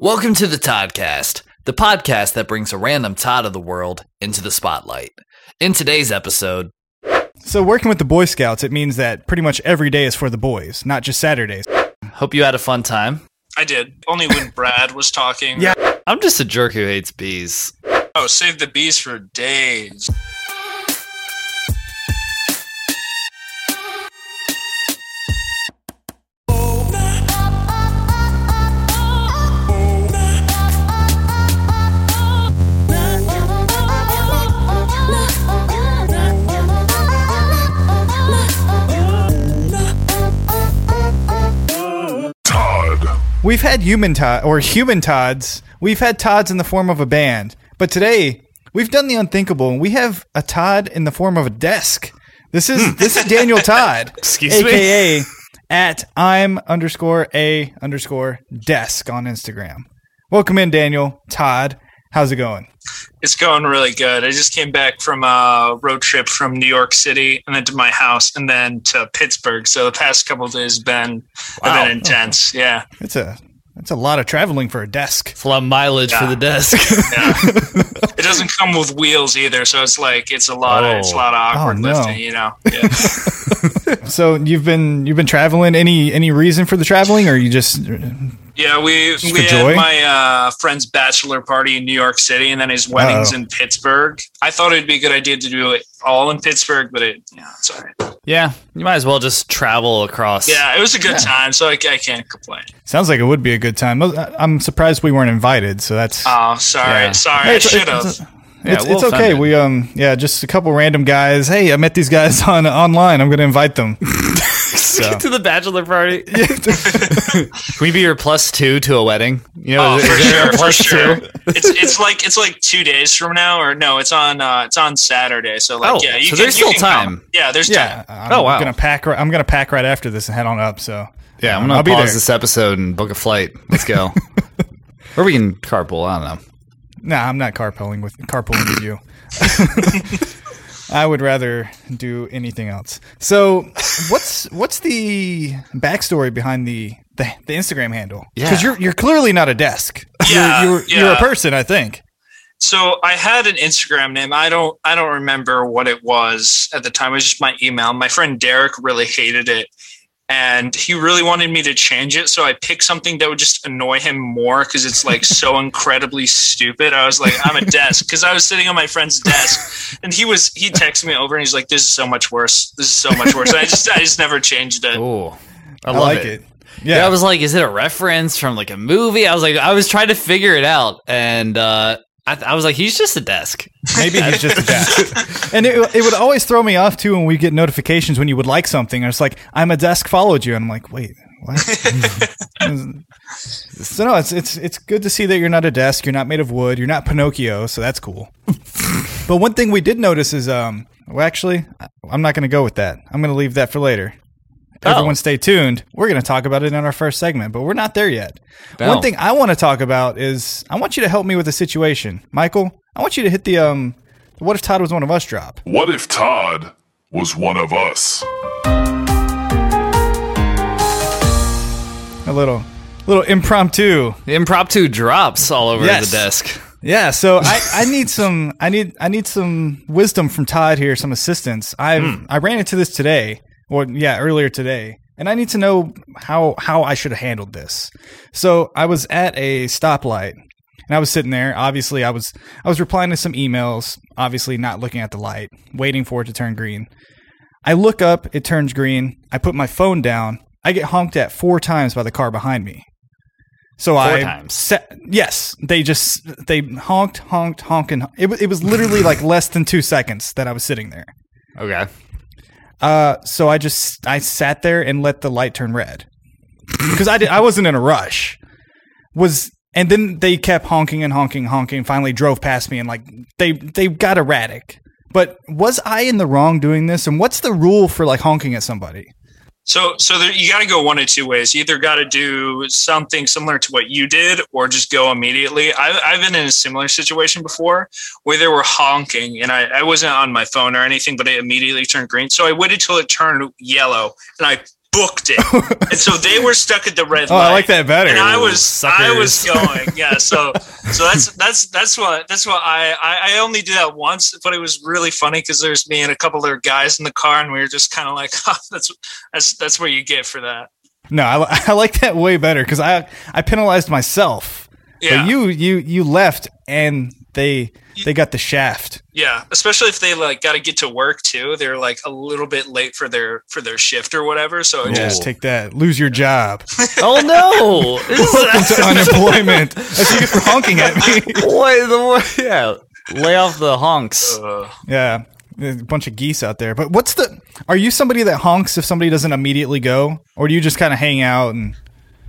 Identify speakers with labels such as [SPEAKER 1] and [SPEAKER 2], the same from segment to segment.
[SPEAKER 1] Welcome to the Toddcast, the podcast that brings a random Todd of the world into the spotlight. In today's episode,
[SPEAKER 2] So working with the Boy Scouts, it means that pretty much every day is for the boys, not just Saturdays.
[SPEAKER 1] hope you had a fun time.
[SPEAKER 3] I did. Only when Brad was talking.
[SPEAKER 2] Yeah.
[SPEAKER 1] I'm just a jerk who hates bees.
[SPEAKER 3] Oh, save the bees for days.
[SPEAKER 2] We've had human Todd or human Todds. We've had Todds in the form of a band, but today we've done the unthinkable. and We have a Todd in the form of a desk. This is this is Daniel Todd,
[SPEAKER 1] Hmm. Excuse me?
[SPEAKER 2] aka at I'm underscore a underscore desk on Instagram. Welcome in, Daniel Todd. How's it going?
[SPEAKER 3] It's going really good. I just came back from a road trip from New York City and then to my house and then to Pittsburgh. So the past couple of days have been,
[SPEAKER 1] Wow.
[SPEAKER 3] have been intense. Yeah.
[SPEAKER 2] It's a it's a lot of traveling for a desk.
[SPEAKER 1] It's a lot of mileage for the desk.
[SPEAKER 3] yeah. it doesn't come with wheels either. So it's like, it's a lot of, it's a lot of awkward
[SPEAKER 2] Oh, no.
[SPEAKER 3] lifting, you know? Yeah.
[SPEAKER 2] So you've been you've been traveling. Any any reason for the traveling, or you just
[SPEAKER 3] Yeah, we
[SPEAKER 2] for
[SPEAKER 3] we
[SPEAKER 2] joy?
[SPEAKER 3] had my uh, friend's bachelor party in New York City, and then his
[SPEAKER 2] Oh.
[SPEAKER 3] weddings in Pittsburgh. I thought it'd be a good idea to do it all in Pittsburgh, but it yeah, it's all right.
[SPEAKER 1] yeah, you might as well just travel across.
[SPEAKER 3] Yeah, it was a good time, so I, I can't complain.
[SPEAKER 2] sounds like it would be a good time? I- I'm surprised we weren't invited. So that's
[SPEAKER 3] Oh, sorry,
[SPEAKER 1] Yeah.
[SPEAKER 3] sorry,
[SPEAKER 2] Hey,
[SPEAKER 3] I
[SPEAKER 2] it's-
[SPEAKER 3] should
[SPEAKER 2] it's-
[SPEAKER 3] have.
[SPEAKER 2] it's,
[SPEAKER 1] Ah, we'll
[SPEAKER 2] it's
[SPEAKER 1] send
[SPEAKER 2] okay.
[SPEAKER 1] it.
[SPEAKER 2] We um yeah, just a couple random guys. Hey, I met these guys on online. I'm gonna invite them.
[SPEAKER 1] Get to the bachelor party. Can we be your plus two to a wedding? You know,
[SPEAKER 3] Oh,
[SPEAKER 1] is
[SPEAKER 3] for
[SPEAKER 1] there a
[SPEAKER 3] sure, for
[SPEAKER 1] plus
[SPEAKER 3] sure.
[SPEAKER 1] two?
[SPEAKER 3] It's it's like it's like two days from now, or no, it's on uh, it's on Saturday. So like,
[SPEAKER 1] Oh,
[SPEAKER 3] yeah,
[SPEAKER 1] so there's still
[SPEAKER 3] come.
[SPEAKER 1] time.
[SPEAKER 3] Yeah, there's
[SPEAKER 2] Yeah.
[SPEAKER 3] time.
[SPEAKER 2] I'm
[SPEAKER 1] Oh, wow.
[SPEAKER 2] Gonna pack. Right, I'm gonna pack right after this and head on up. So
[SPEAKER 1] Yeah, I'm
[SPEAKER 2] um,
[SPEAKER 1] gonna
[SPEAKER 2] I'll be
[SPEAKER 1] pause
[SPEAKER 2] there.
[SPEAKER 1] this episode and book a flight. Let's go. or we can carpool. I don't know.
[SPEAKER 2] Nah, I'm not carpooling with carpooling with you. I would rather do anything else. So, what's what's the backstory behind the the, the Instagram handle?
[SPEAKER 1] Yeah.
[SPEAKER 2] because you're you're clearly not a desk.
[SPEAKER 3] Yeah,
[SPEAKER 2] you're, you're, you're a
[SPEAKER 3] yeah.
[SPEAKER 2] person, I think.
[SPEAKER 3] So I had an Instagram name. I don't I don't remember what it was at the time. It was just my email. My friend Derek really hated it and he really wanted me to change it so I picked something that would just annoy him more cuz it's like so incredibly stupid. I was like I'm a desk cuz I was sitting on my friend's desk and he was he texted me over and he's like this is so much worse. This is so much worse. And I just I just never changed it.
[SPEAKER 1] Ooh, I,
[SPEAKER 2] I,
[SPEAKER 1] love
[SPEAKER 2] like it. Yeah,
[SPEAKER 1] I was like, is it a reference from like a movie? I was like, I was trying to figure it out, and uh, I, I was like, he's just a desk.
[SPEAKER 2] maybe he's just a desk. and it, it would always throw me off too when we get notifications when you would like something. It's like I'm a desk followed you, and I'm like, wait, what? so no, it's it's it's good to see that you're not a desk. You're not made of wood. You're not Pinocchio. So that's cool. but one thing we did notice is um. Well, actually, I'm not going to go with that. I'm going to leave that for later.
[SPEAKER 1] Oh.
[SPEAKER 2] Everyone, stay tuned. We're going to talk about it in our first segment, but we're not there yet.
[SPEAKER 1] No.
[SPEAKER 2] One thing I want to talk about is I want you to help me with a situation, Michael. I want you to hit the um. the What if Todd was one of us? Drop.
[SPEAKER 4] What if Todd was one of us?
[SPEAKER 2] A little, little impromptu.
[SPEAKER 1] The impromptu drops all over
[SPEAKER 2] Yes.
[SPEAKER 1] the desk.
[SPEAKER 2] Yeah. So I, I need some. I need. I need some wisdom from Todd here. Some assistance. I have I ran into this today. Or yeah, earlier today. And I need to know how how I should have handled this. So I was at a stoplight. And I was sitting there. Obviously, I was I was replying to some emails. Obviously, not looking at the light, waiting for it to turn green. I look up, it turns green. I put my phone down. I get honked at four times by the car behind me. So I
[SPEAKER 1] times.
[SPEAKER 2] sa- yes, they just they honked, honked, honked, and hon- it was it was literally like less than two seconds that I was sitting there.
[SPEAKER 1] Okay,
[SPEAKER 2] Uh, so I just I sat there and let the light turn red because I did, I wasn't in a rush. Was and then they kept honking and honking, honking. Finally, drove past me and like they they got erratic. But was I in the wrong doing this? And what's the rule for like honking at somebody?
[SPEAKER 3] So, so there, you got to go one of two ways. You either got to do something similar to what you did, or just go immediately. I, I've been in a similar situation before where they were honking, and I, I wasn't on my phone or anything, but it immediately turned green. So I waited till it turned yellow, and I booked it. and so they were stuck at the red
[SPEAKER 2] Oh,
[SPEAKER 3] light.
[SPEAKER 2] I like that better.
[SPEAKER 3] And I was I was
[SPEAKER 1] suckers.
[SPEAKER 3] going. Yeah. So so that's that's that's what that's what I I, I only did that once, but it was really funny because there's me and a couple other guys in the car, and we were just kind of like, that's that's that's what you get for that.
[SPEAKER 2] no, I, li- I like that way better because I I penalized myself.
[SPEAKER 3] Yeah.
[SPEAKER 2] But you you you left and they they got the shaft.
[SPEAKER 3] Yeah, especially if they like got to get to work too. They're like a little bit late for their for their shift or whatever. So it
[SPEAKER 2] Yeah,
[SPEAKER 3] just
[SPEAKER 2] take that. Lose your job.
[SPEAKER 1] Oh no! This is-
[SPEAKER 2] Welcome to unemployment. That's you get for honking at me.
[SPEAKER 1] what the yeah? Lay off the honks.
[SPEAKER 3] uh,
[SPEAKER 2] Yeah. There's a bunch of geese out there. But what's the are you somebody that honks if somebody doesn't immediately go? Or do you just kinda hang out and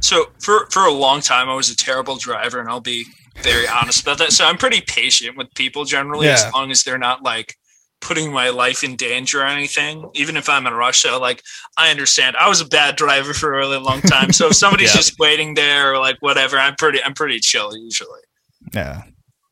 [SPEAKER 3] so for for a long time I was a terrible driver, and I'll be very honest about that. So I'm pretty patient with people generally,
[SPEAKER 2] Yeah.
[SPEAKER 3] as long as they're not like putting my life in danger or anything. Even if I'm in a rush, so like I understand. I was a bad driver for a really long time. So if somebody's
[SPEAKER 1] Yeah.
[SPEAKER 3] just waiting there or like whatever, I'm pretty I'm pretty chill usually.
[SPEAKER 2] Yeah.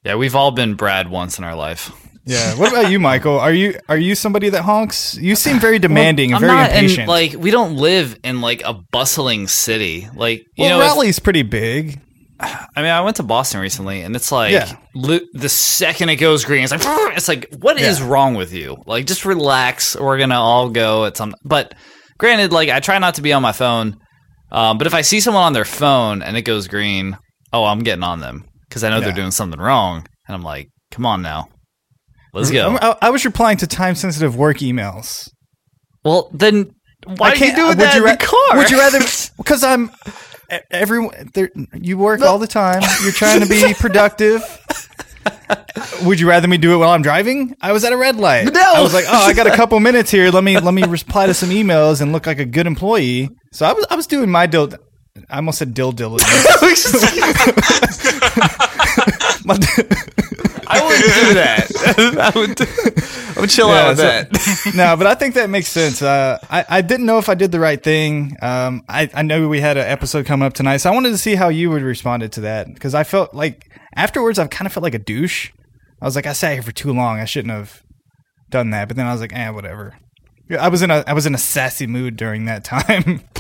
[SPEAKER 1] Yeah, we've all been Brad once in our life.
[SPEAKER 2] Yeah. What about you, Michael? Are you are you somebody that honks? You seem very demanding
[SPEAKER 1] I'm
[SPEAKER 2] and very
[SPEAKER 1] not in-
[SPEAKER 2] impatient.
[SPEAKER 1] like we don't live in like a bustling city. Like you
[SPEAKER 2] well,
[SPEAKER 1] know, if-
[SPEAKER 2] Raleigh's pretty big.
[SPEAKER 1] I mean, I went to Boston recently, and it's like
[SPEAKER 2] Yeah.
[SPEAKER 1] li- the second it goes green, it's like it's like what is
[SPEAKER 2] Yeah.
[SPEAKER 1] wrong with you? Like just relax. We're gonna all go at some. But granted, like I try not to be on my phone. Um, but if I see someone on their phone and it goes green, oh, I'm getting on them because I know
[SPEAKER 2] Yeah.
[SPEAKER 1] they're doing something wrong, and I'm like, come on now, let's go.
[SPEAKER 2] Mm-hmm. I'm- I, I was replying to time sensitive work emails.
[SPEAKER 1] well, then why
[SPEAKER 2] I can't uh,
[SPEAKER 1] do you do
[SPEAKER 2] would
[SPEAKER 1] that
[SPEAKER 2] you
[SPEAKER 1] in
[SPEAKER 2] ra-
[SPEAKER 1] the car?
[SPEAKER 2] Would you rather? Because I'm e- everyone. There, you work all the time. You're trying to be productive. Would you rather me do it while I'm driving? I was at a red light.
[SPEAKER 1] No.
[SPEAKER 2] I was like, oh, I got a couple minutes here. Let me let me reply to some emails and look like a good employee. So I was I was doing my dill. I almost said dill diligence. My d-
[SPEAKER 1] I wouldn't do that. I would. Do, I would chill out with
[SPEAKER 2] so-
[SPEAKER 1] that.
[SPEAKER 2] no, but I think that makes sense. Uh, I, I didn't know if I did the right thing. Um, I, I know we had an episode coming up tonight, so I wanted to see how you would responded to that because I felt like afterwards I kind of felt like a douche. I was like, I sat here for too long. I shouldn't have done that. But then I was like, eh, whatever. Yeah, I was in a I was in a sassy mood during that time.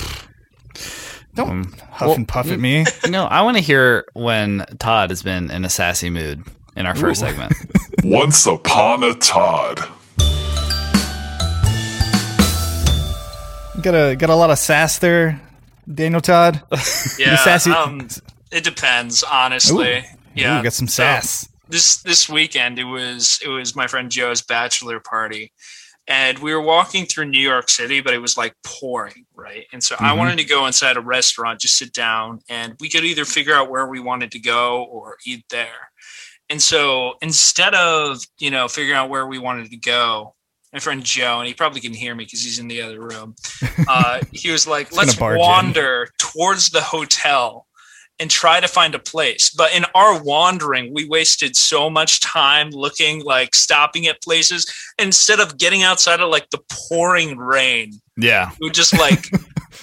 [SPEAKER 2] Don't huff
[SPEAKER 1] Um, well,
[SPEAKER 2] and puff at me.
[SPEAKER 1] No, I want to hear when Todd has been in a sassy mood in our first segment.
[SPEAKER 4] Once upon a Todd.
[SPEAKER 2] got a got a lot of sass there, Daniel Todd.
[SPEAKER 3] Yeah,
[SPEAKER 2] sassy-
[SPEAKER 3] Um, it depends, honestly. yeah,
[SPEAKER 2] Ooh, got some
[SPEAKER 3] So,
[SPEAKER 2] sass.
[SPEAKER 3] this this weekend, it was it was my friend Joe's bachelor party, and we were walking through New York City, but it was like pouring, right? And so I
[SPEAKER 1] Mhm.
[SPEAKER 3] wanted to go inside a restaurant, just sit down, and we could either figure out where we wanted to go or eat there. And so instead of you know figuring out where we wanted to go. My friend Joe, and he probably can hear me because he's in the other room. Uh, he was like,
[SPEAKER 2] gonna
[SPEAKER 3] "Let's
[SPEAKER 2] barge in."
[SPEAKER 3] wander towards the hotel and try to find a place. But in our wandering, we wasted so much time looking, like stopping at places instead of getting outside of like the pouring rain.
[SPEAKER 1] yeah.
[SPEAKER 3] We would just like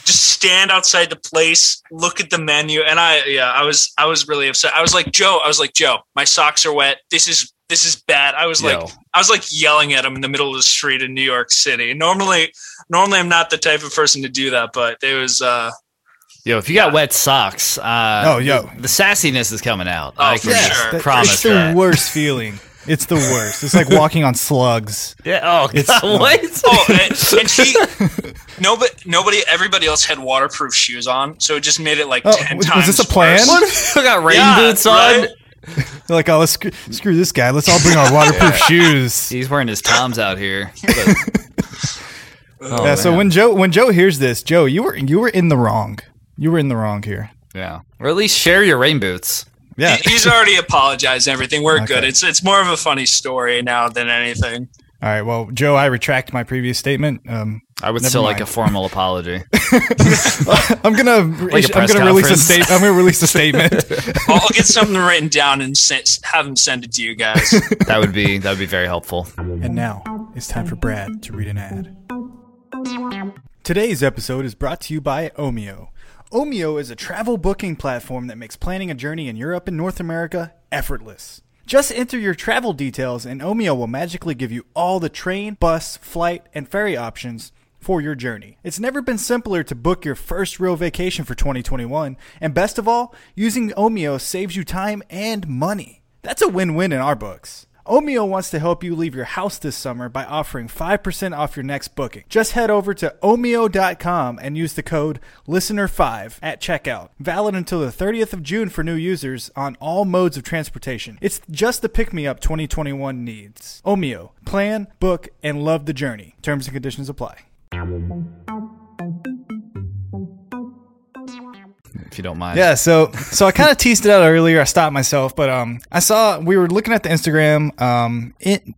[SPEAKER 3] just stand outside the place, look at the menu, and I yeah, I was I was really upset. I was like Joe, I was like Joe, my socks are wet. This is this is bad. I was like
[SPEAKER 1] Yo.
[SPEAKER 3] I was like yelling at him in the middle of the street in New York City. Normally normally I'm not the type of person to do that, but it was uh
[SPEAKER 1] Yo, if you got wet socks, uh,
[SPEAKER 2] Oh, yo.
[SPEAKER 1] the sassiness is coming out.
[SPEAKER 3] Oh,
[SPEAKER 1] I
[SPEAKER 3] for
[SPEAKER 1] can
[SPEAKER 3] Yes,
[SPEAKER 1] just
[SPEAKER 3] sure.
[SPEAKER 2] that-
[SPEAKER 1] promise
[SPEAKER 2] It's the
[SPEAKER 1] that.
[SPEAKER 2] worst feeling. It's the worst. It's like walking on slugs.
[SPEAKER 1] Yeah, oh,
[SPEAKER 2] It's-
[SPEAKER 1] God, what?
[SPEAKER 3] Oh, and, and she, nobody, nobody, everybody else had waterproof shoes on, so it just made it like
[SPEAKER 2] Oh,
[SPEAKER 3] ten
[SPEAKER 2] was- was
[SPEAKER 3] times.
[SPEAKER 2] this a plan?
[SPEAKER 3] worse.
[SPEAKER 1] What if you got rain
[SPEAKER 3] Yeah,
[SPEAKER 1] boots on?
[SPEAKER 3] right?
[SPEAKER 2] They're like, oh, let's screw, screw this guy. Let's all bring our waterproof shoes.
[SPEAKER 1] He's wearing his toms out here. But- Oh,
[SPEAKER 2] yeah. So
[SPEAKER 1] man.
[SPEAKER 2] when Joe when Joe hears this, Joe, you were you were in the wrong. You were in the wrong here.
[SPEAKER 1] yeah, or at least share your rain boots.
[SPEAKER 2] Yeah.
[SPEAKER 3] He- He's already apologized. and Everything we're
[SPEAKER 2] Okay.
[SPEAKER 3] good. It's it's more of a funny story now than anything.
[SPEAKER 2] All right. Well, Joe, I retract my previous statement. Um,
[SPEAKER 1] I would
[SPEAKER 2] Never
[SPEAKER 1] still like
[SPEAKER 2] mind.
[SPEAKER 1] a formal apology.
[SPEAKER 2] I'm gonna
[SPEAKER 1] Like a
[SPEAKER 2] I'm
[SPEAKER 1] press
[SPEAKER 2] gonna release a
[SPEAKER 1] conference.
[SPEAKER 2] statement. I'm gonna release a statement.
[SPEAKER 3] I'll, I'll get something written down and sent, have him send it to you guys.
[SPEAKER 1] that would be that would be very helpful.
[SPEAKER 2] And now it's time for Brad to read an ad. Today's episode is brought to you by Omeo. Omeo is a travel booking platform that makes planning a journey in Europe and North America effortless. Just enter your travel details, and Omeo will magically give you all the train, bus, flight, and ferry options for your journey. It's never been simpler to book your first real vacation for 2021, and best of all, using Omeo saves you time and money. That's a win-win in our books. Omeo wants to help you leave your house this summer by offering 5% off your next booking. Just head over to omeo.com and use the code LISTENER5 at checkout. Valid until the 30th of June for new users on all modes of transportation. It's just the pick-me-up 2021 needs. Omeo. Plan, book, and love the journey. Terms and conditions apply.
[SPEAKER 1] if you don't mind.
[SPEAKER 2] Yeah, so so I kind of teased it out earlier. I stopped myself, but um, I saw we were looking at the Instagram um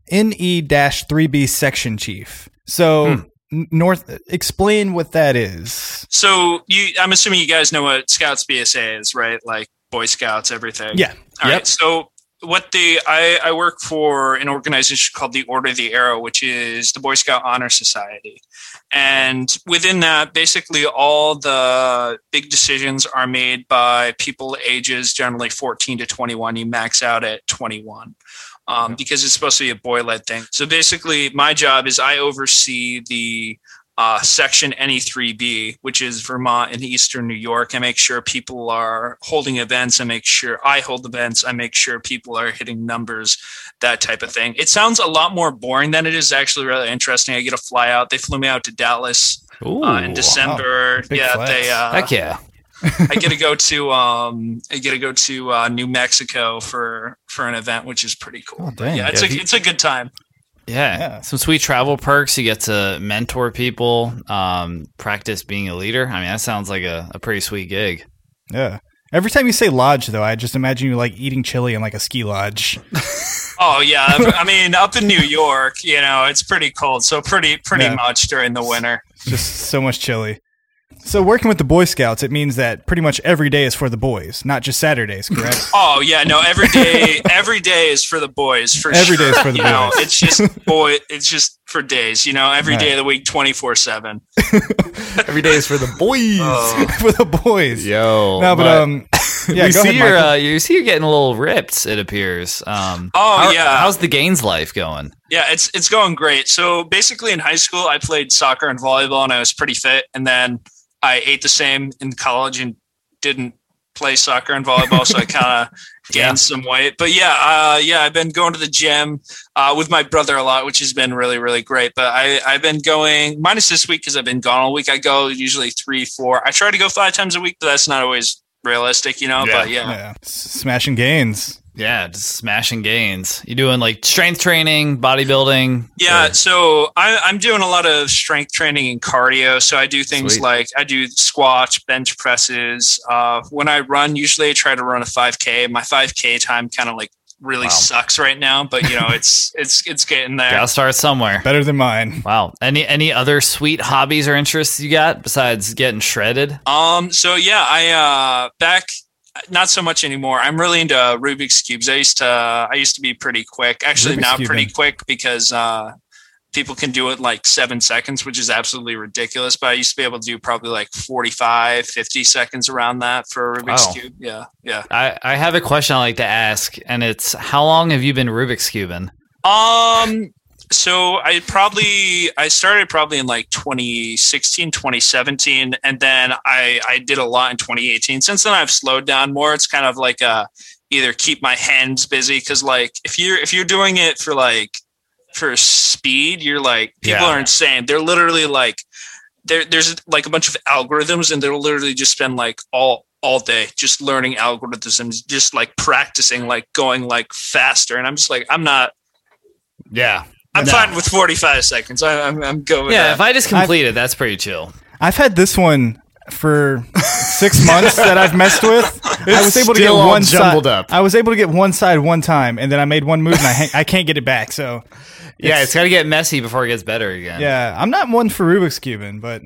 [SPEAKER 2] ne dash three B section chief. So n- North, explain what that is.
[SPEAKER 3] So you, I'm assuming you guys know what Scouts BSA is, right? Like Boy Scouts, everything.
[SPEAKER 2] Yeah,
[SPEAKER 3] All right.
[SPEAKER 1] Yep.
[SPEAKER 3] So what the I, I work for an organization called the Order of the Arrow, which is the Boy Scout Honor Society, and within that, basically all the big decisions are made by people ages generally 14 to 21. You max out at 21. Um, Because it's supposed to be a boy led thing. So basically, my job is I oversee the uh, section NE3B, which is Vermont and Eastern New York. I make sure people are holding events. I make sure I hold events. I make sure people are hitting numbers, that type of thing. It sounds a lot more boring than it is actually really interesting. I get a fly out. They flew me out to Dallas
[SPEAKER 1] Ooh.
[SPEAKER 3] uh, in December.
[SPEAKER 2] Big
[SPEAKER 3] yeah,
[SPEAKER 2] flex.
[SPEAKER 3] they. Uh,
[SPEAKER 1] Heck yeah.
[SPEAKER 3] I get to go to um, I get to go to uh, New Mexico for for an event, which is pretty cool.
[SPEAKER 2] Oh, dang.
[SPEAKER 3] Yeah, it's
[SPEAKER 1] Yeah,
[SPEAKER 3] a
[SPEAKER 1] he-
[SPEAKER 3] it's a good time.
[SPEAKER 1] yeah.
[SPEAKER 2] Yeah.
[SPEAKER 1] Some sweet travel perks. You get to mentor people, um, practice being a leader. I mean, that sounds like a, a pretty sweet gig.
[SPEAKER 2] Yeah. Every time you say lodge, though, I just imagine you like eating chili in like a ski lodge.
[SPEAKER 3] Oh yeah, I mean up in New York, you know, it's pretty cold, so pretty pretty
[SPEAKER 2] Yeah.
[SPEAKER 3] much during the winter.
[SPEAKER 2] just so much chili. So working with the Boy Scouts, it means that pretty much every day is for the boys, not just Saturdays, correct?
[SPEAKER 3] Oh yeah, no, every day every day is for the boys for
[SPEAKER 2] Every day
[SPEAKER 3] sure.
[SPEAKER 2] is for the
[SPEAKER 3] you know,
[SPEAKER 2] boys.
[SPEAKER 3] it's just boy, it's just for days. You know, every day
[SPEAKER 2] Right.
[SPEAKER 3] of the week, twenty four seven. Oh.
[SPEAKER 1] Every day is for the boys.
[SPEAKER 2] for the boys.
[SPEAKER 1] Yo.
[SPEAKER 2] No, but,
[SPEAKER 1] but-
[SPEAKER 2] um, yeah,
[SPEAKER 1] you
[SPEAKER 2] go
[SPEAKER 1] see
[SPEAKER 2] ahead,
[SPEAKER 1] you're
[SPEAKER 2] Michael.
[SPEAKER 1] uh, you see you're getting a little ripped. It appears. Um,
[SPEAKER 3] Oh,
[SPEAKER 1] how-
[SPEAKER 3] yeah.
[SPEAKER 1] How's the gains life going?
[SPEAKER 3] Yeah, it's it's going great. So basically, in high school, I played soccer and volleyball, and I was pretty fit. And then I ate the same in college and didn't play soccer and volleyball, so I kind of gained
[SPEAKER 1] Yeah.
[SPEAKER 3] some weight. But yeah, uh, yeah, I've been going to the gym uh, with my brother a lot, which has been really really great. But I I've been going minus this week because I've been gone all week. I go usually three four. I try to go five times a week, but that's not always realistic, you know.
[SPEAKER 4] Yeah.
[SPEAKER 3] But yeah.
[SPEAKER 2] Yeah. S- Smashing gains.
[SPEAKER 1] Yeah, just smashing gains. You doing like strength training, bodybuilding?
[SPEAKER 3] Yeah,
[SPEAKER 1] or-
[SPEAKER 3] so I, I'm doing a lot of strength training and cardio. So I do things
[SPEAKER 1] Sweet.
[SPEAKER 3] like I do squats, bench presses. Uh, when I run, usually I try to run a 5K. My 5K time kind of like really
[SPEAKER 1] Wow.
[SPEAKER 3] sucks right now, but you know it's it's it's getting there.
[SPEAKER 1] gotta start somewhere.
[SPEAKER 2] Better than mine.
[SPEAKER 1] Wow. Any any other sweet hobbies or interests you got besides getting shredded?
[SPEAKER 3] Um. So yeah, I uh back not so much anymore. I'm really into Rubik's cubes. I used to I used to be pretty quick. Actually,
[SPEAKER 2] Rubik's
[SPEAKER 3] now
[SPEAKER 2] Cube,
[SPEAKER 3] pretty
[SPEAKER 2] man.
[SPEAKER 3] quick because uh, people can do it in, like seven seconds, which is absolutely ridiculous. But I used to be able to do probably like 45, 50 seconds around that for a Rubik's
[SPEAKER 1] Wow.
[SPEAKER 3] cube. Yeah, yeah.
[SPEAKER 1] I, I have a question I like to ask, and it's how long have you been Rubik's cubing?
[SPEAKER 3] Um. So I probably I started probably in like 2016, 2017, and then I I did a lot in 2018. Since then, I've slowed down more. It's kind of like a either keep my hands busy because like if you're if you're doing it for like for speed, you're like people
[SPEAKER 1] Yeah.
[SPEAKER 3] are insane. They're literally like there there's like a bunch of algorithms, and they'll literally just spend like all all day just learning algorithms, just like practicing, like going like faster. And I'm just like I'm not.
[SPEAKER 1] Yeah.
[SPEAKER 3] I'm
[SPEAKER 1] No.
[SPEAKER 3] fine with 45 seconds. I, I'm, I'm good with
[SPEAKER 1] Yeah,
[SPEAKER 3] that.
[SPEAKER 1] if I just complete it, that's pretty chill.
[SPEAKER 2] I've had this one for six months that I've messed with. I was able to get
[SPEAKER 5] still all
[SPEAKER 2] one
[SPEAKER 5] jumbled
[SPEAKER 2] side.
[SPEAKER 5] up.
[SPEAKER 2] I was able to get one side one time, and then I made one move and I hang- I can't get it back. So
[SPEAKER 1] Yeah, it's got to get messy before it gets better again.
[SPEAKER 2] yeah, I'm not one for Rubik's cubing, but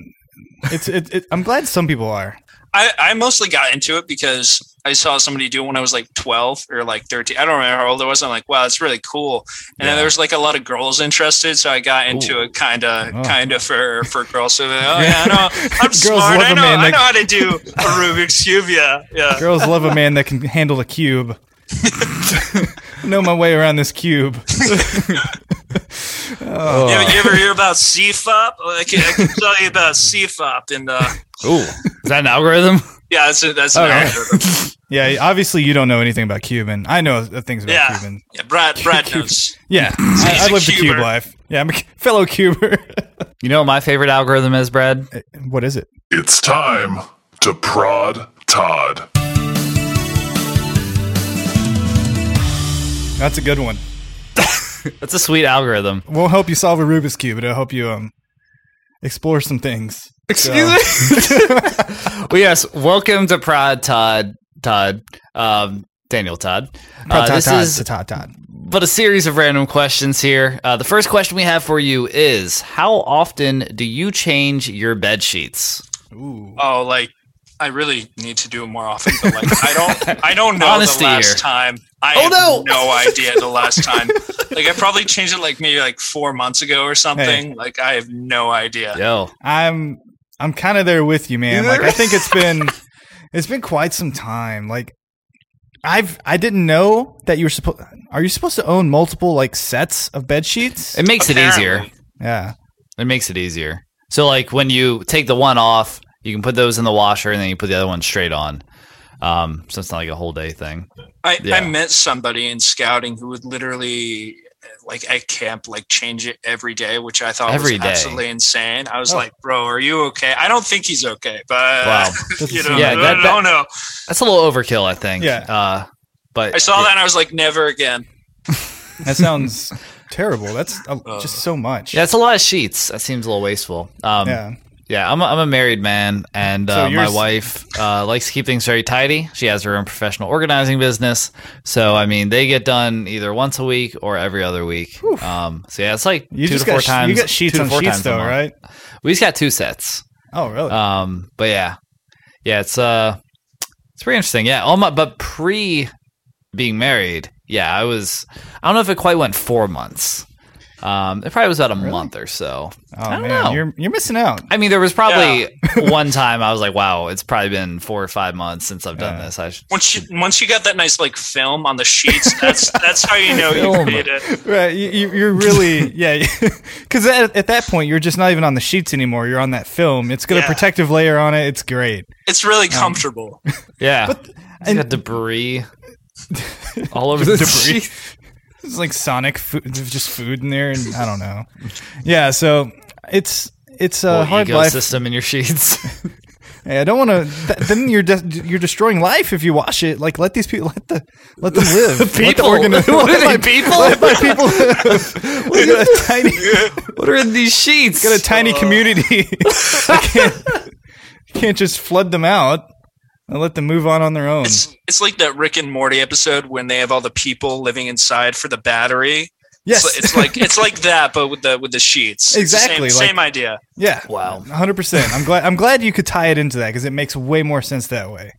[SPEAKER 2] it's it, it, I'm glad some people are.
[SPEAKER 3] I, I mostly got into it because I saw somebody do it when I was like 12 or like 13. I don't remember how old I was. I'm like, wow, that's really cool. And then there was like a lot of girls interested. So I got into it kind of, kind of for, for girls. So, oh yeah, I know. I'm smart.
[SPEAKER 2] love
[SPEAKER 3] I
[SPEAKER 2] a
[SPEAKER 3] know,
[SPEAKER 2] man that-
[SPEAKER 3] I know how to do a Rubik's Cube. Yeah. Yeah.
[SPEAKER 2] Girls love a man that can handle a cube. know my way around this cube. Oh.
[SPEAKER 3] You, know, you ever hear about CFOP? Well, I can, I can tell you about CFOP. And uh,
[SPEAKER 1] Ooh, is that an algorithm?
[SPEAKER 3] yeah, that's a, that's an
[SPEAKER 2] Okay.
[SPEAKER 3] algorithm.
[SPEAKER 2] Yeah, obviously you don't know anything about Cuban. I know th- things about
[SPEAKER 3] Yeah.
[SPEAKER 2] Cuban.
[SPEAKER 3] Yeah, Brad, Brad knows.
[SPEAKER 2] Yeah, I,
[SPEAKER 3] He's
[SPEAKER 2] I
[SPEAKER 3] a
[SPEAKER 2] lived the Cube
[SPEAKER 3] Cuber.
[SPEAKER 2] life. Yeah, I'm a c- fellow Cuber.
[SPEAKER 1] You know what my favorite algorithm is, Brad?
[SPEAKER 2] what is it?
[SPEAKER 4] It's time to prod Todd.
[SPEAKER 2] That's a good one.
[SPEAKER 1] That's a sweet algorithm.
[SPEAKER 2] Won't help you solve a Rubik's cube, but it'll help you um explore some things.
[SPEAKER 1] me? well, yes, welcome to Prod Todd, Todd, um, Daniel Todd. Uh, this is but a series of random questions here. Uh, the first question we have for you is How often do you change your bed sheets?
[SPEAKER 2] Ooh.
[SPEAKER 3] Oh, like I really need to do it more often. But like I don't, I don't know
[SPEAKER 1] Honesty
[SPEAKER 3] the last
[SPEAKER 1] here.
[SPEAKER 3] time. I
[SPEAKER 1] Oh,
[SPEAKER 3] have
[SPEAKER 1] no.
[SPEAKER 3] no. idea the last time. like I probably changed it like maybe like four months ago or something. Like I have no idea.
[SPEAKER 1] Yo,
[SPEAKER 2] I'm I'm kind of there with you, man.
[SPEAKER 1] You're
[SPEAKER 2] Like
[SPEAKER 1] there?
[SPEAKER 2] I think it's been it's been quite some time. Like I've I didn't know that you were supposed. Are you supposed to own multiple like sets of bed sheets?
[SPEAKER 1] it makes
[SPEAKER 3] Apparently.
[SPEAKER 1] it easier.
[SPEAKER 2] Yeah.
[SPEAKER 1] It makes it easier. So, like, when you take the one off, you can put those in the washer and then you put the other one straight on. Um, so it's not like a whole day thing.
[SPEAKER 3] I,
[SPEAKER 1] Yeah.
[SPEAKER 3] I met somebody in scouting who would literally like at camp like change it every day, which I thought
[SPEAKER 1] Every
[SPEAKER 3] was
[SPEAKER 1] day.
[SPEAKER 3] absolutely insane. I was
[SPEAKER 2] Oh.
[SPEAKER 3] like, "Bro, are you okay?" I don't think he's okay, but
[SPEAKER 1] Wow.
[SPEAKER 3] you know,
[SPEAKER 1] Yeah,
[SPEAKER 3] I
[SPEAKER 1] that-
[SPEAKER 3] don't know.
[SPEAKER 1] That's a little overkill, I think.
[SPEAKER 2] Yeah.
[SPEAKER 1] Uh, but
[SPEAKER 3] I saw that and I was like, "Never again."
[SPEAKER 2] That sounds terrible. That's uh,
[SPEAKER 3] Uh,
[SPEAKER 2] just so much.
[SPEAKER 1] Yeah, it's a lot of sheets. That seems a little wasteful. Um, yeah.
[SPEAKER 2] Yeah.
[SPEAKER 1] I'm a, I'm a married man, and
[SPEAKER 2] So
[SPEAKER 1] uh, my
[SPEAKER 2] yours-
[SPEAKER 1] wife uh, likes to keep things very tidy. She has her own professional organizing business, so I mean, they get done either once a week or every other week. Um, so yeah, it's like
[SPEAKER 2] You
[SPEAKER 1] two to
[SPEAKER 2] just
[SPEAKER 1] four
[SPEAKER 2] got
[SPEAKER 1] times.
[SPEAKER 2] you got sheets
[SPEAKER 1] two to
[SPEAKER 2] on
[SPEAKER 1] four
[SPEAKER 2] sheets
[SPEAKER 1] times a
[SPEAKER 2] though,
[SPEAKER 1] month.
[SPEAKER 2] right?
[SPEAKER 1] We just got two sets.
[SPEAKER 2] Oh, really?
[SPEAKER 1] Um, but yeah, yeah, it's uh, it's pretty interesting. Yeah, all my but pre being married, yeah, I was. I don't know if it quite went four months. Um, it probably was about a month or so.
[SPEAKER 2] oh
[SPEAKER 1] I don't
[SPEAKER 2] man,
[SPEAKER 1] know.
[SPEAKER 2] you're you're missing out.
[SPEAKER 1] I mean, there was probably one time I was like, "Wow, it's probably been four or five months since I've done
[SPEAKER 2] Yeah.
[SPEAKER 1] this." I should,
[SPEAKER 3] Once you once you got that nice like film on the sheets, that's that's how you know you
[SPEAKER 1] Film.
[SPEAKER 3] made it.
[SPEAKER 2] Right, you, you- you're really yeah, because at, at that point you're just not even on the sheets anymore. You're on that film. It's got a
[SPEAKER 3] Yeah.
[SPEAKER 2] protective layer on it. It's great.
[SPEAKER 3] It's really
[SPEAKER 2] Um,
[SPEAKER 3] comfortable.
[SPEAKER 1] yeah,
[SPEAKER 2] But-
[SPEAKER 1] and got
[SPEAKER 2] and-
[SPEAKER 1] debris all over the
[SPEAKER 2] Debris.
[SPEAKER 1] debris.
[SPEAKER 2] It's like Sonic food, there's just food in there, and I don't know. Yeah, so it's it's a
[SPEAKER 1] whole
[SPEAKER 2] hard life.
[SPEAKER 1] ecosystem in your sheets.
[SPEAKER 2] Yeah, I don't want to. Th- then you're de- you're destroying life if you wash it. Like let these people let the let them live. Let the
[SPEAKER 1] people,
[SPEAKER 2] organi-
[SPEAKER 1] what are they,
[SPEAKER 2] let my-
[SPEAKER 1] people?
[SPEAKER 2] let my people live. We got a tiny
[SPEAKER 1] What are in these sheets?
[SPEAKER 2] got a tiny community. I can't, can't just flood them out and let them move on on their own.
[SPEAKER 3] It's it's like that Rick and Morty episode when they have all the people living inside for the battery.
[SPEAKER 2] yes,
[SPEAKER 3] It's, it's like it's like that, but with the with the sheets. It's the same-
[SPEAKER 2] Exactly, like-
[SPEAKER 3] Same, idea.
[SPEAKER 2] yeah.
[SPEAKER 1] Wow.
[SPEAKER 2] 100. percent I'm glad. I'm glad you could tie it into that because it makes way more sense that way.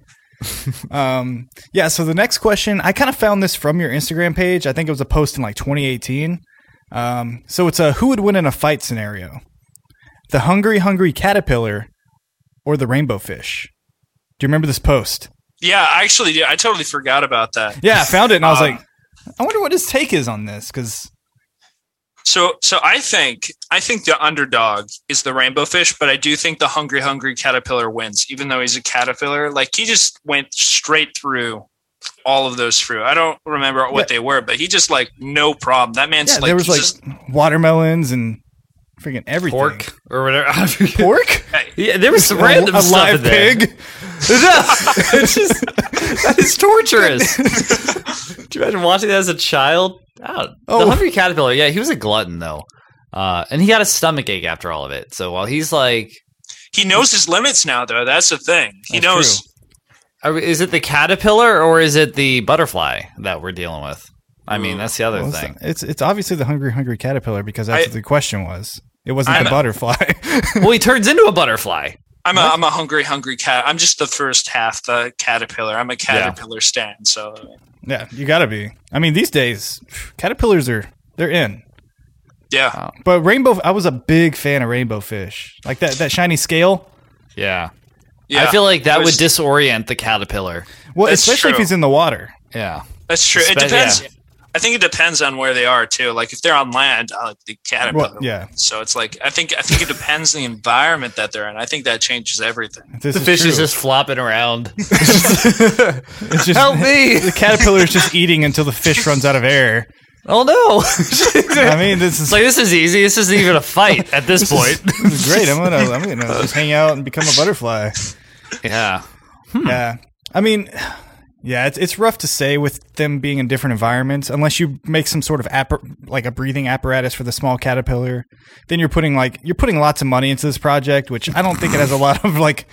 [SPEAKER 2] um, yeah. So the next question, I kind of found this from your Instagram page. I think it was a post in like 2018. Um, so it's a who would win in a fight scenario: the hungry, hungry caterpillar, or the rainbow fish. Do you remember this post?
[SPEAKER 3] Yeah, I actually, did- I totally forgot about that.
[SPEAKER 2] Yeah, I found it, and I was
[SPEAKER 1] Uh,
[SPEAKER 3] Um,
[SPEAKER 2] like, I wonder what his take is on this because
[SPEAKER 3] So, so I think I think the underdog is the rainbow fish, but I do think the hungry, hungry caterpillar wins, even though he's a caterpillar. Like he just went straight through all of those fruit. I don't remember what they were, but he just like no problem. That man's
[SPEAKER 2] yeah,
[SPEAKER 3] like,
[SPEAKER 2] there was
[SPEAKER 3] he's
[SPEAKER 2] like
[SPEAKER 3] just-
[SPEAKER 2] watermelons and freaking everything.
[SPEAKER 1] pork or whatever. I forget.
[SPEAKER 2] pork,
[SPEAKER 1] Yeah, there was some
[SPEAKER 2] A-
[SPEAKER 1] random
[SPEAKER 2] a,
[SPEAKER 1] stuff
[SPEAKER 2] live
[SPEAKER 1] in there.
[SPEAKER 2] pig.
[SPEAKER 1] No, it's just that is torturous. Do you imagine watching that as a child? Oh,
[SPEAKER 2] Oh.
[SPEAKER 1] The hungry caterpillar. Yeah, he was a glutton though, uh, and he got a stomach ache after all of it. So while he's like,
[SPEAKER 3] he knows his limits now, though. That's the thing. He
[SPEAKER 2] That's
[SPEAKER 3] knows.
[SPEAKER 2] true.
[SPEAKER 1] are, is it the caterpillar or is it the butterfly that we're dealing with? I mean, that's the other
[SPEAKER 2] Well,
[SPEAKER 1] thing.
[SPEAKER 2] it's, it's it's obviously the hungry, hungry caterpillar because that's
[SPEAKER 3] I-
[SPEAKER 2] what the question was. It wasn't
[SPEAKER 3] I'm
[SPEAKER 2] the
[SPEAKER 3] a-
[SPEAKER 2] butterfly.
[SPEAKER 1] well, he turns into a butterfly.
[SPEAKER 3] I'm a I'm a hungry, hungry cat. I'm just the first half, the caterpillar. I'm a caterpillar stand. So
[SPEAKER 2] yeah, you gotta be. I mean, these days phew, caterpillars are they're in.
[SPEAKER 3] yeah,
[SPEAKER 2] But rainbow, I was a big fan of rainbow fish, like that that shiny scale.
[SPEAKER 1] Yeah,
[SPEAKER 3] yeah.
[SPEAKER 1] I feel like that
[SPEAKER 3] It was-
[SPEAKER 1] would disorient the caterpillar.
[SPEAKER 2] Well,
[SPEAKER 3] That's
[SPEAKER 2] especially if
[SPEAKER 3] true.
[SPEAKER 2] he's in the water.
[SPEAKER 1] Yeah,
[SPEAKER 3] That's true. It
[SPEAKER 1] Spe-
[SPEAKER 3] depends.
[SPEAKER 1] yeah.
[SPEAKER 3] I think it depends on where they are too. Like if they're on land, I like the caterpillar.
[SPEAKER 2] Well, yeah.
[SPEAKER 3] So it's like I think I think it depends on the environment that they're in. I think that changes everything.
[SPEAKER 2] This
[SPEAKER 1] The
[SPEAKER 2] is
[SPEAKER 1] fish is
[SPEAKER 2] true.
[SPEAKER 1] just flopping around.
[SPEAKER 2] It's just-
[SPEAKER 1] Help me!
[SPEAKER 2] The caterpillar is just eating until the fish runs out of air.
[SPEAKER 1] Oh no!
[SPEAKER 2] I mean, this
[SPEAKER 1] it's
[SPEAKER 2] is
[SPEAKER 1] like this is easy. This isn't even a fight at this point.
[SPEAKER 2] this is great. I'm gonna I'm gonna just hang out and become a butterfly.
[SPEAKER 1] yeah.
[SPEAKER 2] Yeah. I mean, yeah, it's it's rough to say with them being in different environments unless you make some sort of appar- like a breathing apparatus for the small caterpillar. Then you're putting like you're putting lots of money into this project, which I don't think it has a lot of like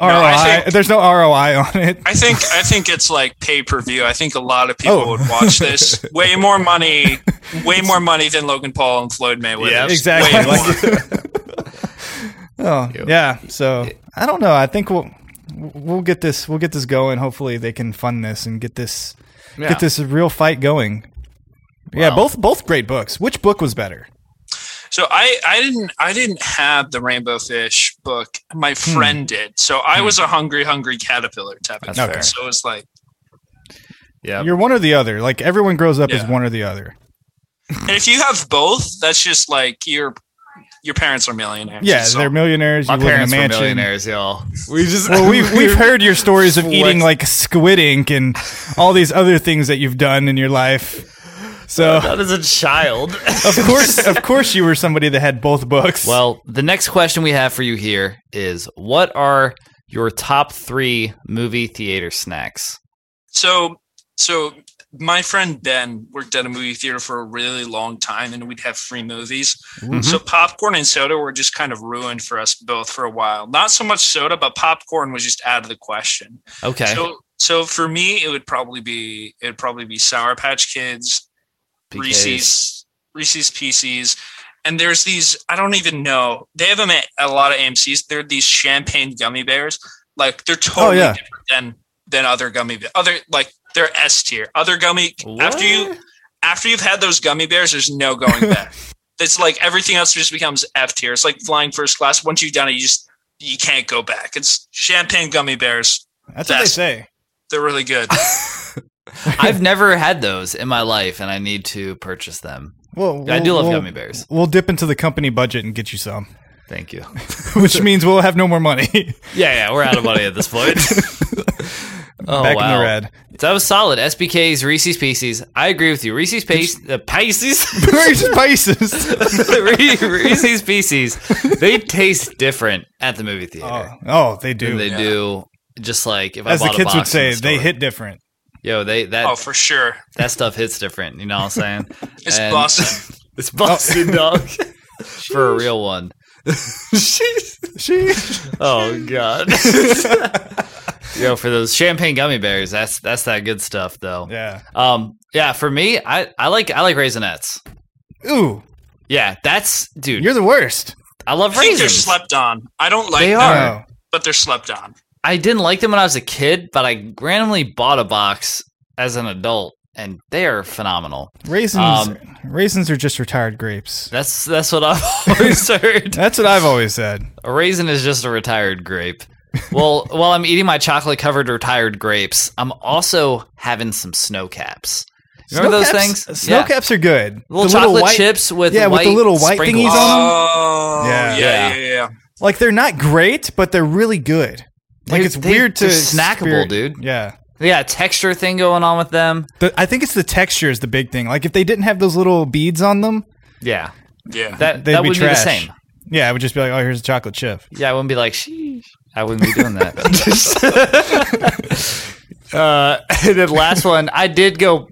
[SPEAKER 2] ROI.
[SPEAKER 3] Oh, I think-
[SPEAKER 2] There's no ROI on it.
[SPEAKER 3] I think I think it's like pay per view. I think a lot of people
[SPEAKER 2] Oh.
[SPEAKER 3] would watch this. Way more money, way more money than Logan Paul and Floyd Mayweather.
[SPEAKER 1] Yeah,
[SPEAKER 3] Way
[SPEAKER 2] Exactly.
[SPEAKER 3] more.
[SPEAKER 2] Like- oh, yeah. So, I don't know. I think we'll we'll get this we'll get this going. Hopefully they can fund this and get this
[SPEAKER 1] Yeah.
[SPEAKER 2] get this real fight going. Yeah,
[SPEAKER 1] Wow.
[SPEAKER 2] both both great books. Which book was better?
[SPEAKER 3] So I, I didn't I didn't have the Rainbow Fish book. My
[SPEAKER 2] Hmm.
[SPEAKER 3] friend did. So I was a hungry, hungry caterpillar type of
[SPEAKER 1] That's
[SPEAKER 3] guy.
[SPEAKER 2] fair.
[SPEAKER 3] So it's like
[SPEAKER 1] Yep.
[SPEAKER 2] You're one or the other. Like everyone grows up as
[SPEAKER 3] Yeah.
[SPEAKER 2] one or the other.
[SPEAKER 3] and if you have both, that's just like your your parents are millionaires.
[SPEAKER 2] Yeah,
[SPEAKER 3] So-
[SPEAKER 2] they're millionaires.
[SPEAKER 1] My
[SPEAKER 2] you live
[SPEAKER 1] parents
[SPEAKER 2] in a
[SPEAKER 1] were
[SPEAKER 2] mansion.
[SPEAKER 1] millionaires, y'all. We just
[SPEAKER 2] Well, we've we've heard your stories of eating
[SPEAKER 1] Flex.
[SPEAKER 2] like squid ink and all these other things that you've done in your life. So
[SPEAKER 1] that as a child.
[SPEAKER 2] of course, of course, you were somebody that had both books.
[SPEAKER 1] Well, the next question we have for you here is what are your top three movie theater snacks?
[SPEAKER 3] So, so my friend Ben worked at a movie theater for a really long time, and we'd have free movies.
[SPEAKER 1] Mm-hmm.
[SPEAKER 2] Mm-hmm.
[SPEAKER 3] So popcorn and soda were just kind of ruined for us both for a while. Not so much soda, but popcorn was just out of the question.
[SPEAKER 1] Okay.
[SPEAKER 3] So, so for me, it would probably be it would probably be Sour Patch Kids,
[SPEAKER 1] PKs.
[SPEAKER 3] Reese's Reese's Pieces. And there's these, I don't even know. They have them at a lot of AMC's. They're these champagne gummy bears. Like
[SPEAKER 1] Oh,
[SPEAKER 3] they're totally
[SPEAKER 2] yeah.
[SPEAKER 3] different than than other gummy bears. Other like they're S tier. Other gummy after you
[SPEAKER 1] What?
[SPEAKER 3] after you've had those gummy bears, there's no going back. it's like everything else just becomes F tier. It's like flying first class. Once you've done it, you just you can't go back. It's champagne gummy bears.
[SPEAKER 2] that's what they
[SPEAKER 3] that's-
[SPEAKER 2] say.
[SPEAKER 3] They're really good.
[SPEAKER 1] I've never had those in my life and I need to purchase them.
[SPEAKER 2] Well,
[SPEAKER 1] I do
[SPEAKER 2] we'll-
[SPEAKER 1] love
[SPEAKER 2] we'll-
[SPEAKER 1] gummy bears.
[SPEAKER 2] We'll dip into the company budget and get you some,
[SPEAKER 1] Thank you.
[SPEAKER 2] which means we'll have no more money.
[SPEAKER 1] Yeah, yeah, we're out of money at this point. oh,
[SPEAKER 2] Back
[SPEAKER 1] wow.
[SPEAKER 2] in the red.
[SPEAKER 1] So that was solid. SBK's Reese's Pieces. I agree with you. Reese's Pace, uh, Pieces.
[SPEAKER 2] Spices.
[SPEAKER 1] Re- Reese's Pieces. They taste different at the movie theater.
[SPEAKER 2] Oh, oh, they
[SPEAKER 1] than
[SPEAKER 2] do.
[SPEAKER 1] they do just like if
[SPEAKER 2] As
[SPEAKER 1] I
[SPEAKER 2] the
[SPEAKER 1] bought a
[SPEAKER 2] kids would
[SPEAKER 1] box in
[SPEAKER 2] say,
[SPEAKER 1] the
[SPEAKER 2] they
[SPEAKER 1] store.
[SPEAKER 2] hit different.
[SPEAKER 1] Yo, they that
[SPEAKER 3] oh, for sure.
[SPEAKER 1] that stuff hits different. You know what I'm saying?
[SPEAKER 3] It's
[SPEAKER 1] And-
[SPEAKER 3] Boston.
[SPEAKER 1] It's
[SPEAKER 2] Oh.
[SPEAKER 1] Boston dog for a real one.
[SPEAKER 2] She.
[SPEAKER 1] Oh god. Yo, for those champagne gummy bears, that's that's that good stuff though.
[SPEAKER 2] Yeah.
[SPEAKER 1] Um, yeah, for me, I I like I like raisinets.
[SPEAKER 2] Ooh,
[SPEAKER 1] Yeah, that's dude.
[SPEAKER 2] you're the worst.
[SPEAKER 1] I love
[SPEAKER 3] I think they're
[SPEAKER 1] raisins.
[SPEAKER 3] slept on. I don't like
[SPEAKER 1] They
[SPEAKER 3] them,
[SPEAKER 1] are.
[SPEAKER 2] No.
[SPEAKER 3] but they're slept on.
[SPEAKER 1] I didn't like them when I was a kid, but I randomly bought a box as an adult, and they are phenomenal.
[SPEAKER 2] Raisins,
[SPEAKER 1] Um,
[SPEAKER 2] raisins are just retired grapes.
[SPEAKER 1] That's that's what I've always heard.
[SPEAKER 2] That's what I've always said.
[SPEAKER 1] A raisin is just a retired grape. Well, while I'm eating my chocolate covered retired grapes, I'm also having some snow caps. You remember those
[SPEAKER 2] Snow caps-
[SPEAKER 1] things?
[SPEAKER 2] Snow
[SPEAKER 1] Yeah.
[SPEAKER 2] caps are good.
[SPEAKER 1] Little
[SPEAKER 2] The
[SPEAKER 1] chocolate
[SPEAKER 2] white-
[SPEAKER 1] chips with
[SPEAKER 2] yeah,
[SPEAKER 1] white
[SPEAKER 2] with the little white
[SPEAKER 1] sprinkles.
[SPEAKER 2] thingies on 'em.
[SPEAKER 3] Oh,
[SPEAKER 2] Yeah.
[SPEAKER 3] yeah,
[SPEAKER 1] Yeah.
[SPEAKER 3] yeah, yeah. yeah.
[SPEAKER 2] Like they're not great, but they're really good.
[SPEAKER 1] They're-
[SPEAKER 2] Like it's
[SPEAKER 1] they-
[SPEAKER 2] weird to
[SPEAKER 1] they're snackable,
[SPEAKER 2] exper-
[SPEAKER 1] dude.
[SPEAKER 2] Yeah,
[SPEAKER 1] Yeah, texture thing going on with them.
[SPEAKER 2] The- I think it's the texture is the big thing. Like if they didn't have those little beads on them,
[SPEAKER 1] Yeah,
[SPEAKER 3] Yeah.
[SPEAKER 1] that
[SPEAKER 2] they'd
[SPEAKER 1] that
[SPEAKER 2] be
[SPEAKER 1] would
[SPEAKER 2] trash.
[SPEAKER 1] be the same.
[SPEAKER 2] Yeah, it would just be like, oh, here's a chocolate chip.
[SPEAKER 1] Yeah, I wouldn't be like, sheesh. I wouldn't be doing that. uh, and then last one, I did go.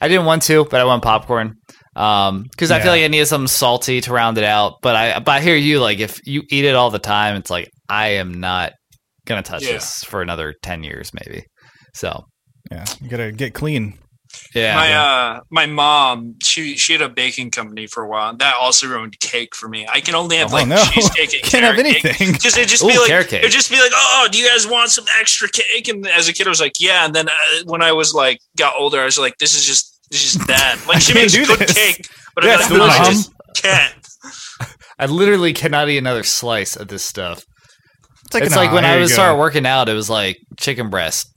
[SPEAKER 1] I didn't want to, but I want popcorn because I
[SPEAKER 2] Yeah.
[SPEAKER 1] feel like I needed something salty to round it out. But I, but I hear you. Like if you eat it all the time, it's like I am not gonna touch
[SPEAKER 3] Yeah.
[SPEAKER 1] this for another ten years, maybe. So
[SPEAKER 2] Yeah, you gotta get clean.
[SPEAKER 1] yeah,
[SPEAKER 3] my uh my mom she she had a baking company for a while that also ruined cake for me i can only have
[SPEAKER 2] Oh,
[SPEAKER 3] like
[SPEAKER 2] no.
[SPEAKER 3] cheesecake and
[SPEAKER 2] Can't have
[SPEAKER 3] carrot cake.
[SPEAKER 2] anything.
[SPEAKER 3] because it'd just
[SPEAKER 1] Ooh,
[SPEAKER 3] be
[SPEAKER 1] carrot
[SPEAKER 3] like
[SPEAKER 1] cake.
[SPEAKER 3] it'd just be like oh do you guys want some extra cake and as a kid i was like yeah and then uh, when i was like got older i was like this is just this is just bad like she
[SPEAKER 2] can't
[SPEAKER 3] makes
[SPEAKER 2] do
[SPEAKER 3] good
[SPEAKER 2] this.
[SPEAKER 3] cake but
[SPEAKER 2] Yeah,
[SPEAKER 3] i'm
[SPEAKER 2] it's
[SPEAKER 3] like, "No, I
[SPEAKER 2] delicious.
[SPEAKER 3] just can't
[SPEAKER 1] I literally cannot eat another slice of this stuff.
[SPEAKER 2] like,
[SPEAKER 1] it's
[SPEAKER 2] nah,
[SPEAKER 1] like when
[SPEAKER 2] here
[SPEAKER 1] I
[SPEAKER 2] you
[SPEAKER 1] was
[SPEAKER 2] go.
[SPEAKER 1] started working out, it was like chicken breast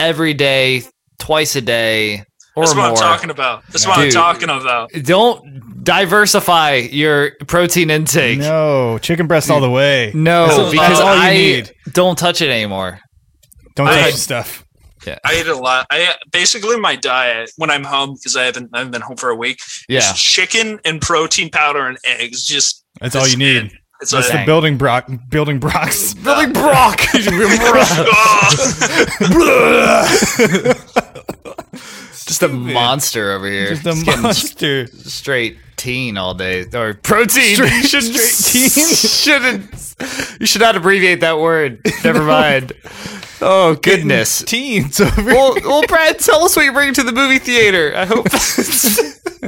[SPEAKER 1] every day, twice a day. or
[SPEAKER 3] That's what
[SPEAKER 1] more.
[SPEAKER 3] I'm talking about. That's what I'm
[SPEAKER 1] Dude.
[SPEAKER 3] talking about.
[SPEAKER 1] Don't diversify your protein intake. No,
[SPEAKER 2] No, chicken breast all the way.
[SPEAKER 3] That's
[SPEAKER 1] because
[SPEAKER 2] all you
[SPEAKER 1] I
[SPEAKER 2] need.
[SPEAKER 1] don't touch it anymore.
[SPEAKER 2] Don't
[SPEAKER 3] I-
[SPEAKER 2] touch the stuff.
[SPEAKER 3] I eat a lot. I basically my diet when I'm home because I haven't I haven't been home for a week.
[SPEAKER 1] Yeah.
[SPEAKER 3] is chicken and protein powder and eggs. Just
[SPEAKER 2] That's all you need.
[SPEAKER 3] It's
[SPEAKER 2] That's
[SPEAKER 3] like,
[SPEAKER 2] the building block. Building blocks.
[SPEAKER 1] Billy Brock.
[SPEAKER 3] oh,
[SPEAKER 1] Just a monster over here.
[SPEAKER 2] Just a monster.
[SPEAKER 1] straight teen all day or protein. you should,
[SPEAKER 2] straight teen?
[SPEAKER 1] Shouldn't you should not abbreviate that word. Never mind. Oh goodness.
[SPEAKER 2] Teens over
[SPEAKER 1] Well, well, Brad, tell us what you're bringing to the movie theater. I hope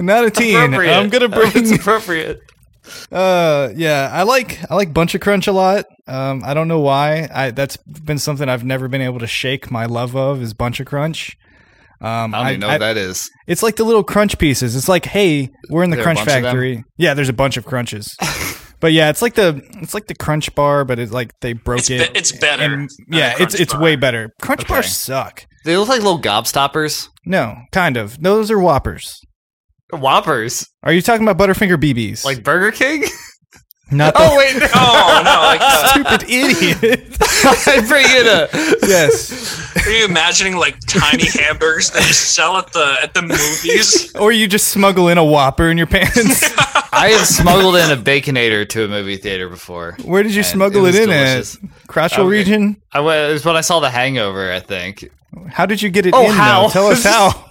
[SPEAKER 2] Not a teen.
[SPEAKER 1] appropriate.
[SPEAKER 2] I'm
[SPEAKER 1] I
[SPEAKER 2] gonna
[SPEAKER 1] hope it's
[SPEAKER 2] bring.
[SPEAKER 1] appropriate.
[SPEAKER 2] Uh, yeah, I like I like Bunch of Crunch a lot. Um, I don't know why. I that's been something I've never been able to shake my love of is Bunch of Crunch. Um,
[SPEAKER 1] I don't even know what that is.
[SPEAKER 2] It's like the little crunch pieces. It's like, hey, we're in the
[SPEAKER 1] There are a
[SPEAKER 2] Crunch
[SPEAKER 1] bunch of them?
[SPEAKER 2] Factory. Yeah, there's a bunch of crunches. but yeah, it's like the it's like the Crunch Bar, but it's like they broke
[SPEAKER 3] it's,
[SPEAKER 2] it.
[SPEAKER 3] be- it's better.
[SPEAKER 2] and
[SPEAKER 3] than
[SPEAKER 2] yeah,
[SPEAKER 3] a
[SPEAKER 2] it's
[SPEAKER 3] Crunch
[SPEAKER 2] it's
[SPEAKER 3] Bar.
[SPEAKER 2] way better. Crunch
[SPEAKER 1] Okay.
[SPEAKER 2] bars suck.
[SPEAKER 1] They look like little gobstoppers,
[SPEAKER 2] No, kind of. Those are Whoppers.
[SPEAKER 1] whoppers,
[SPEAKER 2] Are you talking about Butterfinger BBs?
[SPEAKER 1] like Burger King.
[SPEAKER 2] not the
[SPEAKER 1] Oh wait, no,
[SPEAKER 3] Oh no! Like, uh,
[SPEAKER 2] stupid idiot.
[SPEAKER 1] I bring it up.
[SPEAKER 2] yes.
[SPEAKER 3] are you imagining like tiny hamburgers that you sell at the at the movies?
[SPEAKER 2] Or you just smuggle in a Whopper in your pants.
[SPEAKER 1] I have smuggled in a baconator to a movie theater before.
[SPEAKER 2] Where did you
[SPEAKER 1] And
[SPEAKER 2] smuggle
[SPEAKER 1] it was
[SPEAKER 2] it, in
[SPEAKER 1] delicious.
[SPEAKER 2] at? Crotchal
[SPEAKER 1] Okay.
[SPEAKER 2] region?
[SPEAKER 1] I was, it was when I saw The Hangover. I think
[SPEAKER 2] How did you get it
[SPEAKER 1] Oh,
[SPEAKER 2] in? though?
[SPEAKER 1] how?
[SPEAKER 2] Tell us how.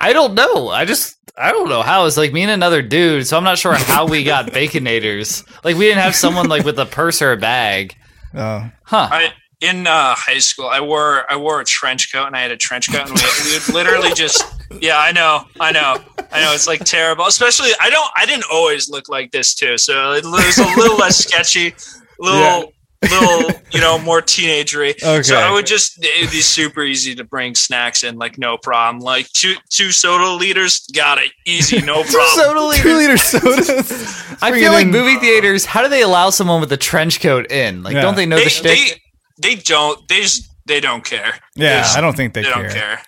[SPEAKER 1] I don't know. I just I don't know how. It's like me and another dude, so I'm not sure how we got baconators. Like we didn't have someone like with a purse or a bag.
[SPEAKER 2] Oh.
[SPEAKER 1] Huh.
[SPEAKER 3] I in uh, high school, I wore I wore a trench coat and I had a trench coat, and we, we would literally just yeah, I know, I know, I know. It's like terrible. Especially I don't I didn't always look like this too, so it was a little less sketchy, little. little, you know, more teenagery.
[SPEAKER 2] Okay.
[SPEAKER 3] So I would just it'd be super easy to bring snacks in, like no problem. Like two two soda liters, got it, easy, no problem.
[SPEAKER 2] Two liter sodas.
[SPEAKER 1] I
[SPEAKER 2] Bring
[SPEAKER 1] feel
[SPEAKER 2] it
[SPEAKER 1] like
[SPEAKER 2] in.
[SPEAKER 1] movie theaters. How do they allow someone with a trench coat in? Like,
[SPEAKER 2] Yeah.
[SPEAKER 1] don't they know
[SPEAKER 3] they,
[SPEAKER 1] the shtick?
[SPEAKER 3] they they don't they just they don't care.
[SPEAKER 2] Yeah,
[SPEAKER 3] They-
[SPEAKER 2] I don't think they,
[SPEAKER 3] They
[SPEAKER 2] care.
[SPEAKER 3] don't care.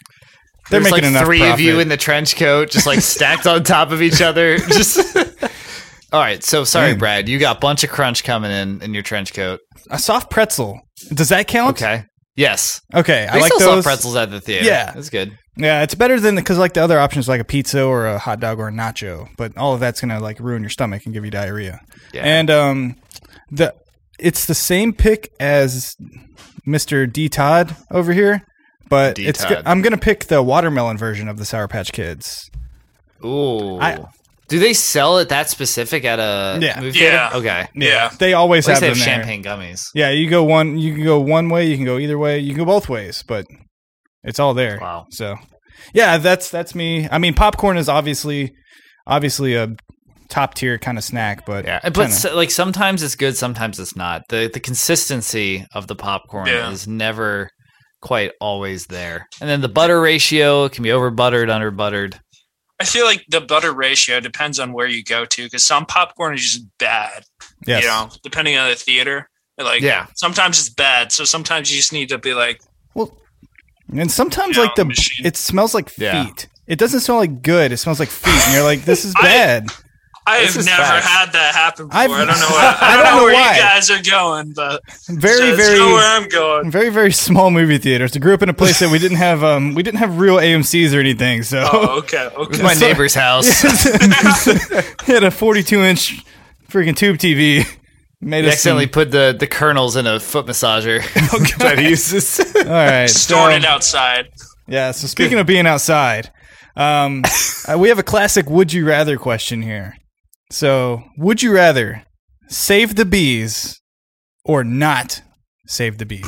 [SPEAKER 2] They're
[SPEAKER 1] There's
[SPEAKER 2] making
[SPEAKER 1] like
[SPEAKER 2] enough
[SPEAKER 1] three of you
[SPEAKER 2] profit.
[SPEAKER 1] in the trench coat, just like stacked on top of each other. Just. All right, so sorry,
[SPEAKER 2] Man.
[SPEAKER 1] Brad. You got a bunch of crunch coming in in your trench coat.
[SPEAKER 2] A soft pretzel. Does that count?
[SPEAKER 1] Okay. Yes,
[SPEAKER 2] Okay.
[SPEAKER 1] they
[SPEAKER 2] I like
[SPEAKER 1] still sell
[SPEAKER 2] those.
[SPEAKER 1] pretzels at the theater.
[SPEAKER 2] Yeah.
[SPEAKER 1] that's good.
[SPEAKER 2] Yeah, it's better than because like the other options like a pizza or a hot dog or a nacho, but all of that's gonna like ruin your stomach and give you diarrhea.
[SPEAKER 1] Yeah.
[SPEAKER 2] And um, the it's the same pick as Mister D Todd over here, but
[SPEAKER 1] D.
[SPEAKER 2] it's
[SPEAKER 1] Todd.
[SPEAKER 2] I'm gonna pick the watermelon version of the Sour Patch Kids.
[SPEAKER 1] Ooh.
[SPEAKER 2] I-
[SPEAKER 1] Do they sell it that specific at a
[SPEAKER 2] Yeah.
[SPEAKER 1] movie theater?
[SPEAKER 3] Yeah.
[SPEAKER 1] Okay. At
[SPEAKER 3] Yeah.
[SPEAKER 2] they always
[SPEAKER 1] least
[SPEAKER 2] have
[SPEAKER 1] they
[SPEAKER 2] them
[SPEAKER 1] have
[SPEAKER 2] there.
[SPEAKER 1] champagne gummies.
[SPEAKER 2] Yeah, you go one, you can go one way, you can go either way, you can go both ways, but it's all there.
[SPEAKER 1] Wow.
[SPEAKER 2] So, yeah, that's that's me. I mean, popcorn is obviously obviously a top tier kind of snack, but
[SPEAKER 1] Yeah, Uh, but
[SPEAKER 2] kinda-
[SPEAKER 1] s like sometimes it's good, sometimes it's not. the The consistency of the popcorn
[SPEAKER 3] Yeah.
[SPEAKER 1] is never quite always there, and then the butter ratio it can be over buttered, under buttered.
[SPEAKER 3] I feel like the butter ratio depends on where you go to because some popcorn is just bad.
[SPEAKER 2] yes.
[SPEAKER 3] You know, depending on the theater. Like
[SPEAKER 1] Yeah.
[SPEAKER 3] sometimes it's bad. So sometimes you just need to be like,
[SPEAKER 2] Well, and sometimes
[SPEAKER 3] Yeah,
[SPEAKER 2] like the
[SPEAKER 3] machine.
[SPEAKER 2] it smells like
[SPEAKER 1] Yeah.
[SPEAKER 2] feet. It doesn't smell like good. It smells like feet, and you're like, this is
[SPEAKER 3] I-
[SPEAKER 2] bad.
[SPEAKER 3] I
[SPEAKER 1] This
[SPEAKER 3] have
[SPEAKER 1] is
[SPEAKER 3] never
[SPEAKER 1] facts.
[SPEAKER 3] had that happen before.
[SPEAKER 2] I've-
[SPEAKER 3] I don't know why, I don't know where
[SPEAKER 2] why.
[SPEAKER 3] you guys are going, but
[SPEAKER 2] very,
[SPEAKER 3] just
[SPEAKER 2] very.
[SPEAKER 3] know where I'm going.
[SPEAKER 2] very, very small movie theaters. I grew up in a place that we didn't have, um, we didn't have real AMC's or anything. So
[SPEAKER 3] Oh, okay,
[SPEAKER 1] It's
[SPEAKER 3] okay.
[SPEAKER 1] my
[SPEAKER 2] So-
[SPEAKER 1] neighbor's house.
[SPEAKER 2] He had a 42 inch freaking tube TV. Made
[SPEAKER 1] They
[SPEAKER 2] us
[SPEAKER 1] accidentally
[SPEAKER 2] some,
[SPEAKER 1] put the the kernels in a foot massager that he uses.
[SPEAKER 2] all right.
[SPEAKER 3] Storing
[SPEAKER 2] so-
[SPEAKER 3] it outside.
[SPEAKER 2] Yeah. So speaking of being outside, um, uh, we have a classic "Would you rather" question here. So, would you rather save the bees or not save the bees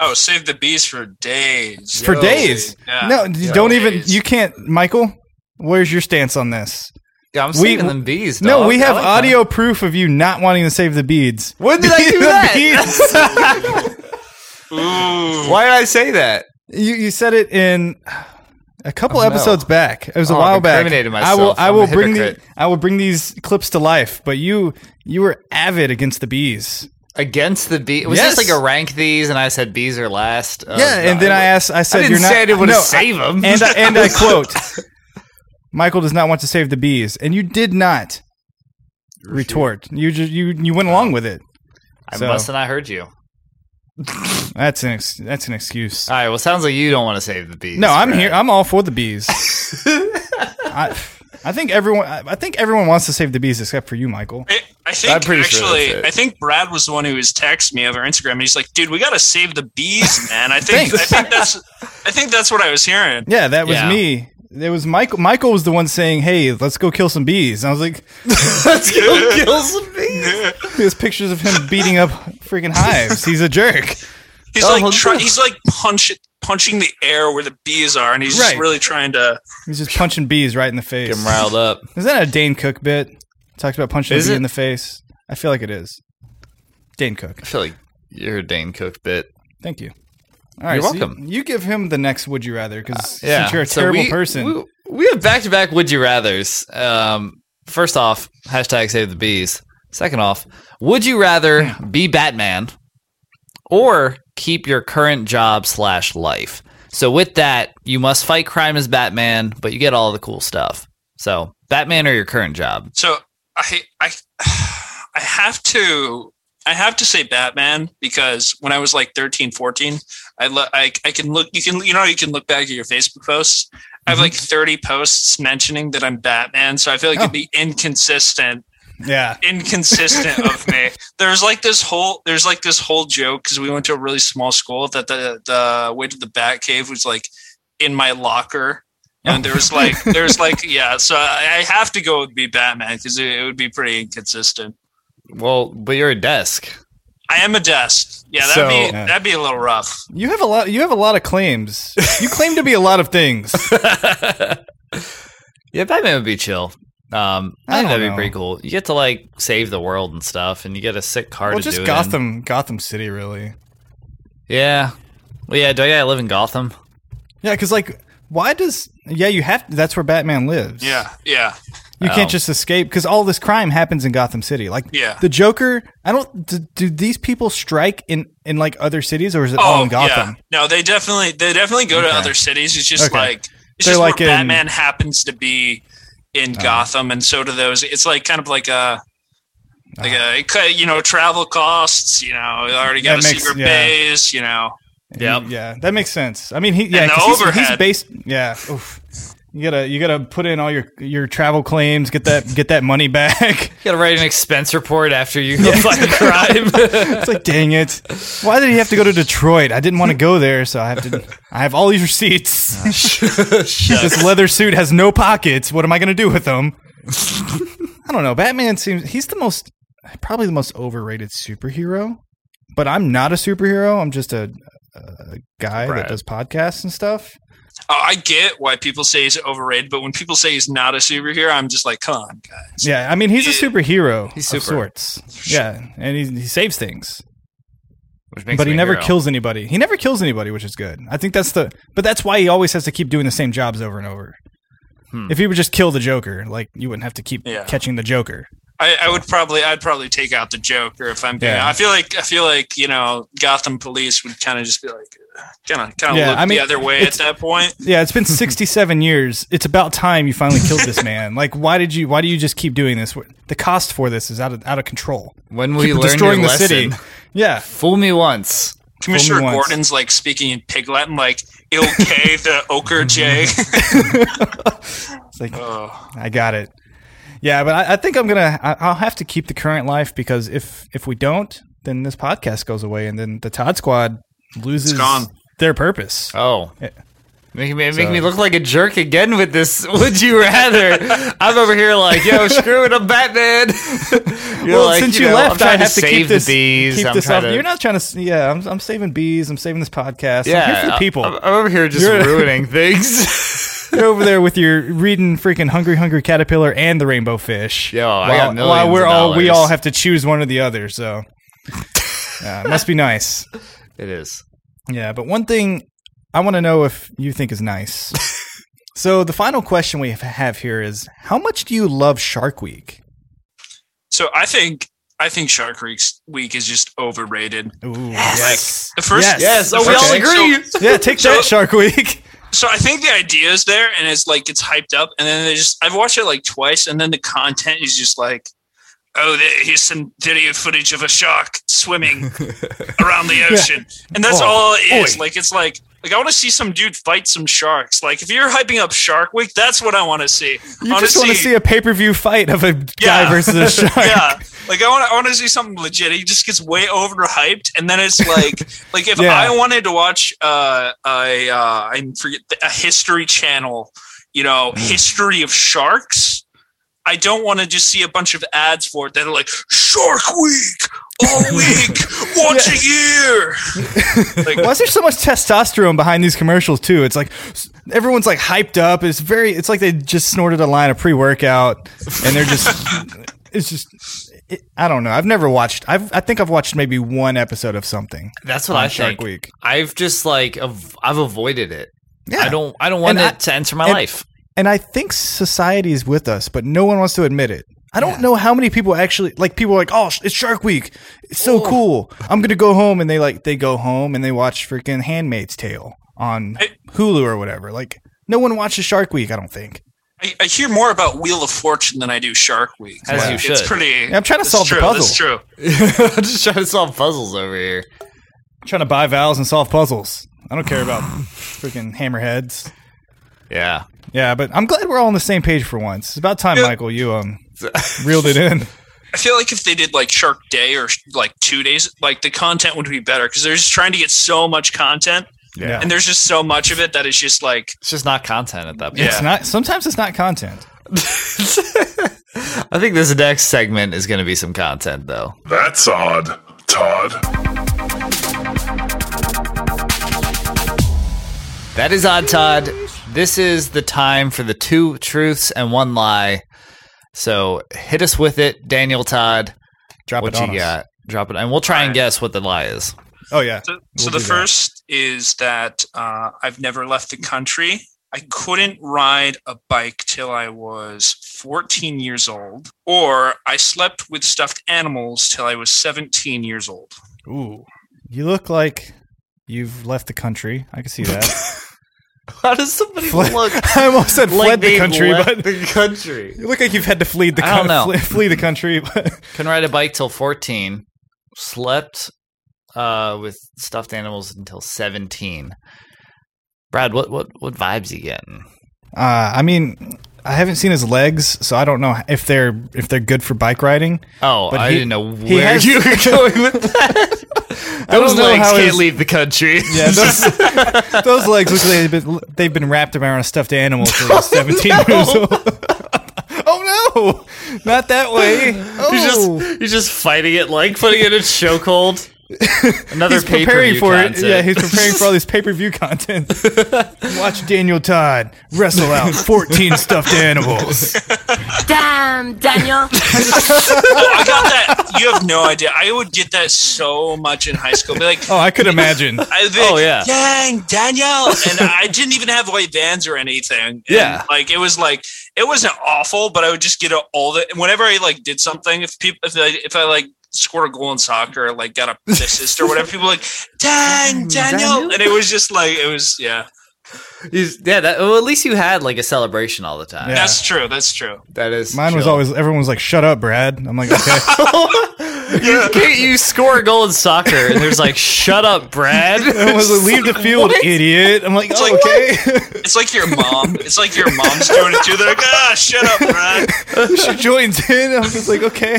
[SPEAKER 3] Oh, save the bees for days.
[SPEAKER 2] for
[SPEAKER 3] Yo.
[SPEAKER 2] days?
[SPEAKER 3] Yeah.
[SPEAKER 2] No, you don't even.
[SPEAKER 3] Days.
[SPEAKER 2] You can't, Michael. Where's your stance on this?
[SPEAKER 1] Yeah, I'm
[SPEAKER 2] We-
[SPEAKER 1] saving them bees.
[SPEAKER 2] No,
[SPEAKER 1] dog.
[SPEAKER 2] we
[SPEAKER 1] I
[SPEAKER 2] have
[SPEAKER 1] like them.
[SPEAKER 2] audio proof of you not wanting to save the beads.
[SPEAKER 1] When did I do
[SPEAKER 2] The
[SPEAKER 1] that?
[SPEAKER 2] beads.
[SPEAKER 3] Ooh.
[SPEAKER 1] Why did I say that?
[SPEAKER 2] You you said it in a couple
[SPEAKER 1] Oh, no.
[SPEAKER 2] episodes back. It was a
[SPEAKER 1] Oh, I've
[SPEAKER 2] while back.
[SPEAKER 1] incriminated
[SPEAKER 2] I will
[SPEAKER 1] myself.
[SPEAKER 2] I
[SPEAKER 1] I'm
[SPEAKER 2] will
[SPEAKER 1] a
[SPEAKER 2] bring the,
[SPEAKER 1] hypocrite.
[SPEAKER 2] I will bring these clips to life. But you you were avid against the bees.
[SPEAKER 1] Against the B. Was
[SPEAKER 2] Yes.
[SPEAKER 1] this like a rank these? And I said B's are last. Oh,
[SPEAKER 2] yeah, and
[SPEAKER 1] no,
[SPEAKER 2] then I asked. I said,
[SPEAKER 1] I didn't
[SPEAKER 2] "You're not."
[SPEAKER 1] say I didn't want
[SPEAKER 2] no,
[SPEAKER 1] to save them.
[SPEAKER 2] and I, and I quote, "Michael does not want to save the bees," and you did not retort. You just you you went along with it.
[SPEAKER 1] I
[SPEAKER 2] so-
[SPEAKER 1] must have not heard you. All
[SPEAKER 2] That's an ex- that's an excuse.
[SPEAKER 1] right. Well, sounds like you don't want to save the B's.
[SPEAKER 2] No, I'm
[SPEAKER 1] Brad.
[SPEAKER 2] here. I'm all for the bees. I, I think everyone. I I think everyone wants to save the bees except for you, Michael.
[SPEAKER 3] I- I think
[SPEAKER 1] I'm pretty sure
[SPEAKER 3] actually,
[SPEAKER 1] that's it.
[SPEAKER 3] I think Brad was the one who was texting me over Instagram. And he's like, "Dude, we gotta save the bees, man." I think, I
[SPEAKER 2] Thanks.
[SPEAKER 3] think that's, I think that's what I was hearing.
[SPEAKER 2] Yeah, that was
[SPEAKER 1] Yeah.
[SPEAKER 2] me. It was Michael. Michael was the one saying, "Hey, let's go kill some bees." And I was like,
[SPEAKER 1] Let's go kill some bees.
[SPEAKER 2] "There's pictures of him beating up freaking hives. He's a jerk."
[SPEAKER 3] He's
[SPEAKER 1] Oh,
[SPEAKER 3] like,
[SPEAKER 1] well,
[SPEAKER 3] try,
[SPEAKER 1] good.
[SPEAKER 3] he's like punch, punching the air where the bees are, and he's
[SPEAKER 2] Right.
[SPEAKER 3] just really trying to.
[SPEAKER 2] He's just punching bees right in the face.
[SPEAKER 1] Get 'em riled up.
[SPEAKER 2] Is that a Dane Cook bit? Talked about punching
[SPEAKER 1] Is
[SPEAKER 2] a bee
[SPEAKER 1] it?
[SPEAKER 2] in the face. I feel like it is. Dane Cook.
[SPEAKER 1] I feel like you're a Dane Cook bit.
[SPEAKER 2] Thank you. All right,
[SPEAKER 1] You're
[SPEAKER 2] so you-
[SPEAKER 1] welcome. Uh,
[SPEAKER 2] you give him the next "Would you rather" because
[SPEAKER 1] Yeah,
[SPEAKER 2] since you're a
[SPEAKER 1] so
[SPEAKER 2] terrible
[SPEAKER 1] we-
[SPEAKER 2] person,
[SPEAKER 1] We, we have back to back would you rather's. Um, first off, hashtag save the bees. Second off, would you rather be Batman or keep your current job slash life? So with that, you must fight crime as Batman, but you get all the cool stuff. So Batman or your current job?
[SPEAKER 3] So I, I, I have to, I have to say Batman because when I was like 13, 14, I, lo- I, I can look, you can, you know, you can look back at your Facebook posts. I
[SPEAKER 1] Mm-hmm.
[SPEAKER 3] have like 30 posts mentioning that I'm Batman, so I feel like
[SPEAKER 1] Oh.
[SPEAKER 3] it'd be inconsistent
[SPEAKER 2] yeah,
[SPEAKER 3] inconsistent of me. There's like this whole there's like this whole joke because we went to a really small school that the the way to the Bat Cave was like in my locker, and there was like there's like yeah. So I, I have to go with be Batman because it, it would be pretty inconsistent.
[SPEAKER 1] Well, but you're a desk.
[SPEAKER 3] I am a desk. Yeah, that'd
[SPEAKER 1] So-
[SPEAKER 3] be
[SPEAKER 2] Yeah.
[SPEAKER 3] that'd be a little rough.
[SPEAKER 2] you have a lot. You have a lot of claims. You claim to be a lot of things.
[SPEAKER 1] Yeah, Batman would be chill. Um, I,
[SPEAKER 2] I
[SPEAKER 1] think
[SPEAKER 2] don't
[SPEAKER 1] that'd
[SPEAKER 2] know.
[SPEAKER 1] be pretty cool. You get to like save the world and stuff, and you get a sick car
[SPEAKER 2] well,
[SPEAKER 1] to do
[SPEAKER 2] just
[SPEAKER 1] it in.
[SPEAKER 2] Gotham, Gotham City, really.
[SPEAKER 1] Yeah. Well, yeah. Do I gotta live in Gotham?
[SPEAKER 2] Yeah, because like, why does? Yeah, you have. That's where Batman lives.
[SPEAKER 3] Yeah, yeah.
[SPEAKER 2] you
[SPEAKER 1] Oh.
[SPEAKER 2] can't just escape because all this crime happens in Gotham City. Like,
[SPEAKER 3] Yeah.
[SPEAKER 2] the Joker. I don't. Do, do these people strike in in like other cities, or is it all
[SPEAKER 3] Oh
[SPEAKER 2] in
[SPEAKER 3] yeah.
[SPEAKER 2] Gotham?
[SPEAKER 3] No, they definitely they definitely go to other cities. It's just
[SPEAKER 2] Okay.
[SPEAKER 3] like it's
[SPEAKER 2] They're
[SPEAKER 3] just
[SPEAKER 2] like in- Oh.
[SPEAKER 3] where Batman happens to be in Gotham, and so do those. It's like kind of like a like a it could- you know travel costs. You know, already got
[SPEAKER 2] That
[SPEAKER 3] a
[SPEAKER 2] makes-
[SPEAKER 3] secret
[SPEAKER 2] yeah.
[SPEAKER 3] base. You know,
[SPEAKER 1] Yep.
[SPEAKER 2] Yeah, that makes sense. I mean, he yeah,
[SPEAKER 3] the
[SPEAKER 2] 'cause he's, he's
[SPEAKER 3] overhead.
[SPEAKER 2] based. Yeah. Oof. You gotta you gotta put in all your your travel claims, get that get that money back.
[SPEAKER 1] You gotta write an expense report after you fight crime.
[SPEAKER 2] It's like, dang it, why did he have to go to Detroit? I didn't want to go there, so I have to. I have all these receipts. this leather suit has no pockets. What am I gonna do with them? I don't know. Batman seems he's the most probably the most overrated superhero. But I'm not a superhero. I'm just a, a guy
[SPEAKER 1] Right.
[SPEAKER 2] that does podcasts and stuff.
[SPEAKER 3] Oh, I get why people say he's overrated, but when people say he's not a superhero, I'm just like, come on, guys.
[SPEAKER 2] Yeah, I mean he's a superhero
[SPEAKER 1] He's
[SPEAKER 2] of
[SPEAKER 1] super.
[SPEAKER 2] sorts. Yeah, and he, he saves things,
[SPEAKER 1] Which makes
[SPEAKER 2] but
[SPEAKER 1] me
[SPEAKER 2] he
[SPEAKER 1] a
[SPEAKER 2] never
[SPEAKER 1] hero.
[SPEAKER 2] kills anybody. He never kills anybody, which is good. I think that's the. But that's why he always has to keep doing the same jobs over and over.
[SPEAKER 1] Hmm.
[SPEAKER 2] If he would just kill the Joker, like you wouldn't have to keep
[SPEAKER 3] Yeah.
[SPEAKER 2] catching the Joker.
[SPEAKER 3] I, I would probably I'd probably take out the Joker if I'm being.
[SPEAKER 2] Yeah.
[SPEAKER 3] I feel like I feel like you know Gotham police would kind of just be like, kind of kind of
[SPEAKER 2] Yeah,
[SPEAKER 3] look
[SPEAKER 2] I mean,
[SPEAKER 3] the other way at that point.
[SPEAKER 2] Yeah, it's been sixty-seven years. It's about time you finally killed this man. Like, why did you? Why do you just keep doing this? The cost for this is out of out of control.
[SPEAKER 1] When we
[SPEAKER 2] Keep
[SPEAKER 1] learn
[SPEAKER 2] destroying
[SPEAKER 1] your
[SPEAKER 2] the
[SPEAKER 1] lesson,
[SPEAKER 2] city. Yeah,
[SPEAKER 1] fool me once.
[SPEAKER 3] Commissioner
[SPEAKER 2] Fool me once.
[SPEAKER 3] Gordon's like speaking in pig Latin, like "Okay, the ochre J."
[SPEAKER 2] Mm-hmm. it's like
[SPEAKER 3] oh,
[SPEAKER 2] I got it. Yeah, but I, I think I'm gonna. I, I'll have to keep the current life because if if we don't, then this podcast goes away, and then the Todd Squad loses
[SPEAKER 3] gone.
[SPEAKER 2] their purpose.
[SPEAKER 1] Oh. Making me, making
[SPEAKER 2] So-
[SPEAKER 1] me look like a jerk again with this. Would you rather? I'm over here like, yo, screw it, I'm Batman. You're
[SPEAKER 2] well,
[SPEAKER 1] like,
[SPEAKER 2] since
[SPEAKER 1] you,
[SPEAKER 2] you,
[SPEAKER 1] know, I'm
[SPEAKER 2] left,
[SPEAKER 1] trying
[SPEAKER 2] I have to,
[SPEAKER 1] save
[SPEAKER 2] keep this.
[SPEAKER 1] the bees.
[SPEAKER 2] keep
[SPEAKER 1] I'm
[SPEAKER 2] this
[SPEAKER 1] trying
[SPEAKER 2] off.
[SPEAKER 1] to-
[SPEAKER 2] You're not trying to. Yeah, I'm, I'm saving bees. I'm saving this podcast.
[SPEAKER 1] yeah,
[SPEAKER 2] I'm here for the
[SPEAKER 1] I-
[SPEAKER 2] people.
[SPEAKER 1] I'm, uh, I'm over here just
[SPEAKER 2] You're-
[SPEAKER 1] ruining things.
[SPEAKER 2] You're over there with your reading freaking hungry, hungry caterpillar and the rainbow fish.
[SPEAKER 1] Yo, I
[SPEAKER 2] while,
[SPEAKER 1] got millions
[SPEAKER 2] while we're
[SPEAKER 1] of
[SPEAKER 2] all we
[SPEAKER 1] dollars.
[SPEAKER 2] all have to choose one or the other. So, yeah, it must be nice.
[SPEAKER 1] it is.
[SPEAKER 2] Yeah, but one thing I want to know if you think is nice. so the final question we have here is: How much do you love Shark Week?
[SPEAKER 3] so I think I think Shark Week's Week is just overrated.
[SPEAKER 2] Ooh,
[SPEAKER 1] Yes.
[SPEAKER 3] The first,
[SPEAKER 2] Yes. Yes.
[SPEAKER 3] the
[SPEAKER 1] Oh, we
[SPEAKER 3] first-
[SPEAKER 1] all agree.
[SPEAKER 2] yeah. Yeah, take
[SPEAKER 3] So-
[SPEAKER 2] that, Shark Week.
[SPEAKER 3] So I think the idea is there, and it's like it's hyped up, and then they just I've watched it like twice, and then the content is just like, oh, there- here's some video footage of a shark swimming around the ocean, and that's
[SPEAKER 2] Oh,
[SPEAKER 3] all it is.
[SPEAKER 2] boy.
[SPEAKER 3] Like it's like like I want to see some dude fight some sharks. Like if you're hyping up Shark Week, that's what I want to see.
[SPEAKER 2] You just want to see a pay per view fight of a guy
[SPEAKER 3] Yeah.
[SPEAKER 2] versus a shark.
[SPEAKER 3] yeah, like I want to I want to see something legit. He just gets way overhyped, and then it's like, like if
[SPEAKER 2] Yeah.
[SPEAKER 3] I wanted to watch, uh, I uh, I forget a History Channel, you
[SPEAKER 2] Mm.
[SPEAKER 3] know, history of sharks. I don't want to just see a bunch of ads for it that are like Shark Week all week, once a year.
[SPEAKER 2] Why is there so much testosterone behind these commercials too? It's like s- everyone's like hyped up. It's very. It's like they just snorted a line of pre workout, and they're just. it's just. It, I don't know. I've never watched. I've. I think I've watched maybe one episode of something.
[SPEAKER 1] That's what
[SPEAKER 2] on
[SPEAKER 1] I
[SPEAKER 2] Shark
[SPEAKER 1] think.
[SPEAKER 2] Week.
[SPEAKER 1] I've just like av- I've avoided it.
[SPEAKER 2] Yeah.
[SPEAKER 1] I don't I don't want
[SPEAKER 2] And I-
[SPEAKER 1] it to enter my
[SPEAKER 2] and-
[SPEAKER 1] life.
[SPEAKER 2] And I think society is with us, but no one wants to admit it. I don't know how many people actually like people are like, oh, sh- it's Shark Week. It's so cool. I'm gonna go home, and they like they go home and they watch freaking Handmaid's Tale on
[SPEAKER 3] I-
[SPEAKER 2] Hulu or whatever. Like no one watches Shark Week. I don't think.
[SPEAKER 3] I, I hear more about Wheel of Fortune than I do Shark Week.
[SPEAKER 1] As you
[SPEAKER 3] It's
[SPEAKER 1] should.
[SPEAKER 3] pretty.
[SPEAKER 2] Yeah, I'm trying to
[SPEAKER 3] that's
[SPEAKER 2] solve the
[SPEAKER 3] true,
[SPEAKER 2] puzzle.
[SPEAKER 3] That's true.
[SPEAKER 1] I'm just trying to solve puzzles over here.
[SPEAKER 2] trying to buy vowels and solve puzzles. I don't care about freaking hammerheads.
[SPEAKER 1] Yeah.
[SPEAKER 2] Yeah, but I'm glad we're all on the same page for once. It's about time,
[SPEAKER 3] Yeah.
[SPEAKER 2] Michael. You um reeled it in.
[SPEAKER 3] I feel like if they did like Shark Day or like two days, like the content would be better because they're just trying to get so much content,
[SPEAKER 2] Yeah.
[SPEAKER 3] and there's just so much of it that it's just like
[SPEAKER 1] It's just not content at that point.
[SPEAKER 3] Yeah.
[SPEAKER 2] It's not. Sometimes it's not content.
[SPEAKER 1] I think this next segment is going to be some content though.
[SPEAKER 4] That's odd, Todd.
[SPEAKER 1] That is Odd Todd. This is the time for the two truths and one lie. So hit us with it, Daniel Todd.
[SPEAKER 2] Drop
[SPEAKER 1] What
[SPEAKER 2] it on
[SPEAKER 1] you
[SPEAKER 2] us.
[SPEAKER 1] got? Drop it, and we'll try and guess what the lie is.
[SPEAKER 2] Oh yeah.
[SPEAKER 3] So,
[SPEAKER 2] We'll
[SPEAKER 3] so the
[SPEAKER 2] do that.
[SPEAKER 3] first is that uh, I've never left the country. I couldn't ride a bike till I was 14 years old, or I slept with stuffed animals till I was 17 years old.
[SPEAKER 2] Ooh. You look like you've left the country. I can see that.
[SPEAKER 1] How does somebody
[SPEAKER 2] Fled-
[SPEAKER 1] look?
[SPEAKER 2] I almost said
[SPEAKER 1] like
[SPEAKER 2] fled the
[SPEAKER 1] they
[SPEAKER 2] country,
[SPEAKER 1] left
[SPEAKER 2] but
[SPEAKER 1] the country.
[SPEAKER 2] you look like you've had to flee the
[SPEAKER 1] I don't
[SPEAKER 2] coun-
[SPEAKER 1] know.
[SPEAKER 2] Flee, flee the country. but-
[SPEAKER 1] Couldn't ride a bike till 14. Slept uh, with stuffed animals until 17. Brad, what what what vibes you getting?
[SPEAKER 2] uh, I mean, I haven't seen his legs, so I don't know if they're if they're good for bike riding.
[SPEAKER 1] Oh,
[SPEAKER 2] But
[SPEAKER 1] I
[SPEAKER 2] he-
[SPEAKER 1] didn't know
[SPEAKER 2] he
[SPEAKER 1] where
[SPEAKER 2] has-
[SPEAKER 1] you were going with that.
[SPEAKER 2] don't
[SPEAKER 1] Those
[SPEAKER 2] know
[SPEAKER 1] legs
[SPEAKER 2] how
[SPEAKER 1] can't
[SPEAKER 2] his-
[SPEAKER 1] leave the country.
[SPEAKER 2] Yeah, those, those legs look like they've been, they've been wrapped around a stuffed animal for 17 years old. oh no, not that way. Oh.
[SPEAKER 1] You're just, you're just fighting it like putting it in a chokehold. Another
[SPEAKER 2] he's preparing
[SPEAKER 1] pay-per-view
[SPEAKER 2] for
[SPEAKER 1] content.
[SPEAKER 2] it. Yeah, he's preparing for all this pay per view content. Watch Daniel Todd wrestle out 14 stuffed animals.
[SPEAKER 5] Damn, Daniel.
[SPEAKER 3] Oh, I got that. You have no idea. I would get that so much in high school. Be like,
[SPEAKER 2] Oh, I could imagine.
[SPEAKER 3] I was
[SPEAKER 1] Oh,
[SPEAKER 3] like,
[SPEAKER 1] yeah.
[SPEAKER 3] dang Danielle, and I didn't even have white vans or anything. And,
[SPEAKER 1] Yeah.
[SPEAKER 3] like it was like it wasn't awful, but I would just get a- all the whenever I like did something. If people, if I, if I like scored a goal in soccer, or, like got a assist or whatever, people were like dang Danielle, and it was just like it was yeah.
[SPEAKER 1] He's- yeah, that, well, at least you had like a celebration all the time.
[SPEAKER 2] Yeah.
[SPEAKER 3] That's true. That's true.
[SPEAKER 1] That is
[SPEAKER 2] Mine was
[SPEAKER 1] chill.
[SPEAKER 2] always everyone was like, "Shut up, Brad." I'm like, "Okay."
[SPEAKER 1] you, can't- you score a goal in soccer, and there's like, "Shut up, Brad."
[SPEAKER 2] Everyone was like, "Leave the field, idiot." I'm like, oh, "Okay."
[SPEAKER 3] It's like your mom. It's like your mom's doing it too. They're like ah, shut up, Brad.
[SPEAKER 2] she joins in. I'm just like, "Okay."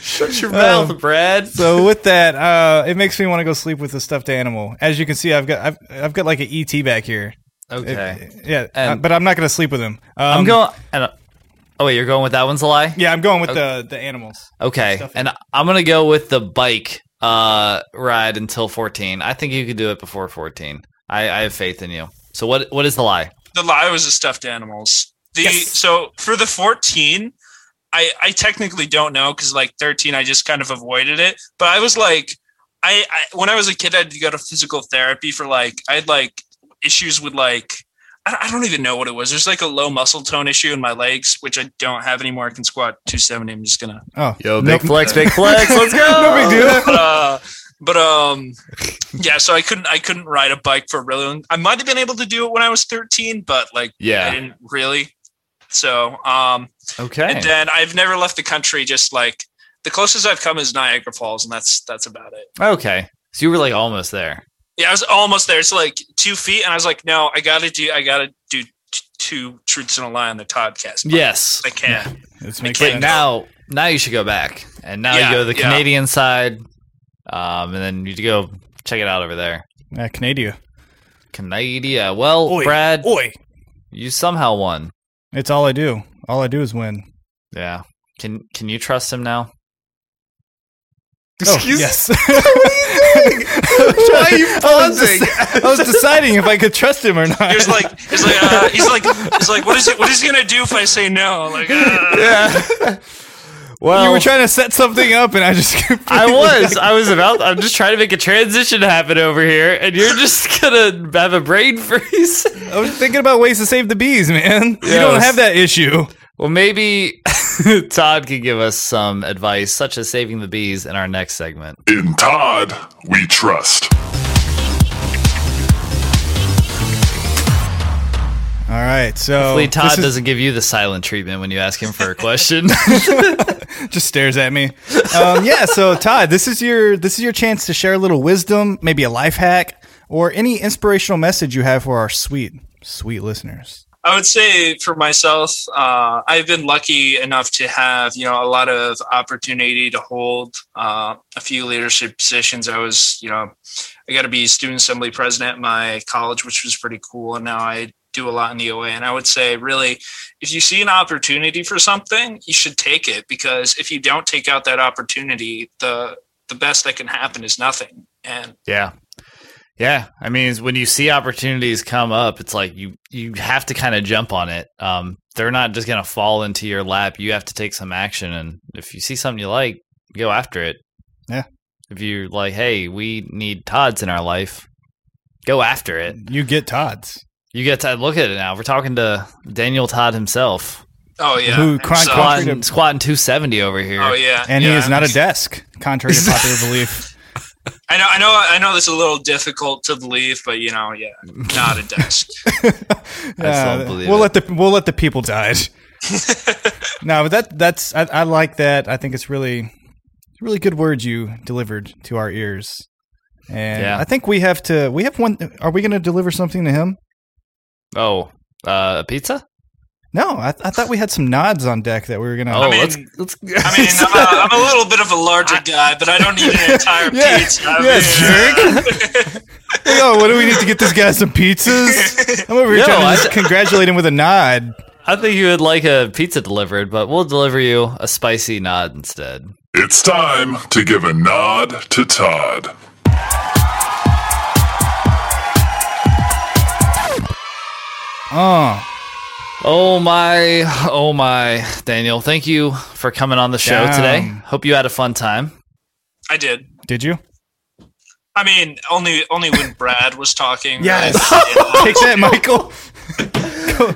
[SPEAKER 1] Shut your mouth, Brad.
[SPEAKER 2] Oh. So with that, uh, it makes me want to go sleep with a stuffed animal. As you can see, I've got I've, I've got like an ET back here. It-
[SPEAKER 1] okay,
[SPEAKER 2] yeah,
[SPEAKER 1] And-
[SPEAKER 2] uh, but I'm not going to sleep with him. Um,
[SPEAKER 1] I'm going. And, uh, oh wait, you're going with that one's a lie.
[SPEAKER 2] Yeah, I'm going with the the animals.
[SPEAKER 1] Okay, and I'm gonna go with the bike uh, ride until 14. I think you could do it before 14. I, I have faith in you. So what? What is the lie?
[SPEAKER 3] the lie was the stuffed animals. The so for the 14, I I technically don't know because like 13, I just kind of avoided it. But I was like, I, I when I was a kid, I had to go to physical therapy for like I had like issues with like I I don't even know what it was. There's like a low muscle tone issue in my legs, which I don't have anymore. I can squat 270. I'm just gonna.
[SPEAKER 2] Oh,
[SPEAKER 6] Yo,
[SPEAKER 2] no-
[SPEAKER 6] big flex, big flex. Let's go.
[SPEAKER 2] no big deal.
[SPEAKER 3] But, uh, but um, yeah. So I couldn't. I couldn't ride a bike for a really. Long, I might have been able to do it when I was 13, but like I
[SPEAKER 6] Yeah.
[SPEAKER 3] didn't really. So um,
[SPEAKER 1] Okay.
[SPEAKER 3] and then I've never left the country. Just like the closest I've come is Niagara Falls, and that's that's about it.
[SPEAKER 1] Okay. So you were like almost there.
[SPEAKER 3] Yeah, I was almost there. It's like two feet, and I was like, no, I gotta do. I gotta do t- two truths and a lie on the podcast. but
[SPEAKER 1] Yes.
[SPEAKER 3] I can't.
[SPEAKER 2] This makes
[SPEAKER 1] But
[SPEAKER 2] sense.
[SPEAKER 1] now, now you should go back, and now
[SPEAKER 3] Yeah,
[SPEAKER 1] you go to the
[SPEAKER 3] yeah.
[SPEAKER 1] Canadian side, um, and then you go check it out over there,
[SPEAKER 2] Uh, Canada.
[SPEAKER 1] Canada. Well,
[SPEAKER 2] Oi,
[SPEAKER 1] Brad,
[SPEAKER 2] Oi,
[SPEAKER 1] you somehow won.
[SPEAKER 2] it's all I do. All I do is win.
[SPEAKER 1] Yeah. Can Can you trust him now?
[SPEAKER 2] Oh,
[SPEAKER 6] Excuse-
[SPEAKER 2] yes. Why
[SPEAKER 6] are you pausing?
[SPEAKER 2] I was deciding if I could trust him or not.
[SPEAKER 3] He's like, he's like, uh, he's like, he's like, what is it? What is he gonna do if I say no? Like, uh,
[SPEAKER 6] Yeah.
[SPEAKER 2] you
[SPEAKER 6] Well,
[SPEAKER 2] were trying to set something up, and I just
[SPEAKER 1] I was. I was about. I'm just trying to make a transition happen over here, and you're just gonna have a brain freeze.
[SPEAKER 2] I was thinking about ways to save the bees, man. You
[SPEAKER 1] Yeah, it
[SPEAKER 2] don't
[SPEAKER 1] was-
[SPEAKER 2] have that issue.
[SPEAKER 1] Well, maybe Todd could give us some advice, such as saving the bees, in our next segment.
[SPEAKER 4] In Todd, we trust.
[SPEAKER 2] All right, so
[SPEAKER 1] Hopefully, Todd
[SPEAKER 2] this is-
[SPEAKER 1] doesn't give you the silent treatment when you ask him for a question.
[SPEAKER 2] just stares at me. Um, yeah, so Todd, this is your this is your chance to share a little wisdom, maybe a life hack, or any inspirational message you have for our sweet sweet listeners.
[SPEAKER 3] I would say for myself, uh, I've been lucky enough to have you know a lot of opportunity to hold uh, a few leadership positions. I was you know I got to be student assembly president at my college, which was pretty cool, and now I do a lot in the OA. And I would say really, if you see an opportunity for something, you should take it because if you don't take out that opportunity, the the best that can happen is nothing. And
[SPEAKER 1] yeah, yeah. I mean, it's when you see opportunities come up, it's like you you have to kind of jump on it. Um, they're not just gonna fall into your lap. You have to take some action, and if you see something you like, go after it.
[SPEAKER 2] Yeah.
[SPEAKER 1] If you're like, hey, we need Todd's in our life, go after it.
[SPEAKER 2] You get Todd's,
[SPEAKER 1] You get to look at it now. We're talking to Daniel Todd himself,
[SPEAKER 3] oh yeah,
[SPEAKER 2] Who
[SPEAKER 3] And
[SPEAKER 2] crank-
[SPEAKER 3] so-
[SPEAKER 2] Contrary
[SPEAKER 1] squatting,
[SPEAKER 2] to-
[SPEAKER 1] squatting 270 over here.
[SPEAKER 3] oh yeah,
[SPEAKER 2] and he
[SPEAKER 3] yeah.
[SPEAKER 2] is not a desk, contrary to popular belief.
[SPEAKER 3] I know, I know, I know. This is a little difficult to believe, but you know, yeah, not a desk.
[SPEAKER 1] I
[SPEAKER 2] Uh,
[SPEAKER 1] still believe
[SPEAKER 2] we'll
[SPEAKER 1] it.
[SPEAKER 2] let the we'll let the people decide. no, but that that's I, I like that. I think it's really it's really good words you delivered to our ears. And
[SPEAKER 1] Yeah.
[SPEAKER 2] I think we have to we have one are we going to deliver something to him?
[SPEAKER 1] Oh, uh, a pizza?
[SPEAKER 2] No, I, I thought we had some nods on deck that we were going to
[SPEAKER 1] Oh,
[SPEAKER 3] mean-
[SPEAKER 1] let's let's.
[SPEAKER 3] I mean, uh, I'm a little bit of a larger guy, but I don't need an entire
[SPEAKER 2] Yeah,
[SPEAKER 3] pizza. I
[SPEAKER 2] yeah,
[SPEAKER 3] mean,
[SPEAKER 2] Oh, what do we need to get this guy some pizzas? I'm over here
[SPEAKER 1] No,
[SPEAKER 2] trying to
[SPEAKER 1] I-
[SPEAKER 2] just congratulate him with a nod.
[SPEAKER 1] I think you would like a pizza delivered, but we'll deliver you a spicy nod instead.
[SPEAKER 4] It's time to give a nod to Todd.
[SPEAKER 2] Oh,
[SPEAKER 1] Oh my, oh my, Daniel! Thank you for coming on the show
[SPEAKER 2] Damn.
[SPEAKER 1] today. Hope you had a fun time.
[SPEAKER 3] I did.
[SPEAKER 2] did you?
[SPEAKER 3] I mean, only only when Brad was talking.
[SPEAKER 2] Yes.
[SPEAKER 3] right?
[SPEAKER 2] Take that, Michael.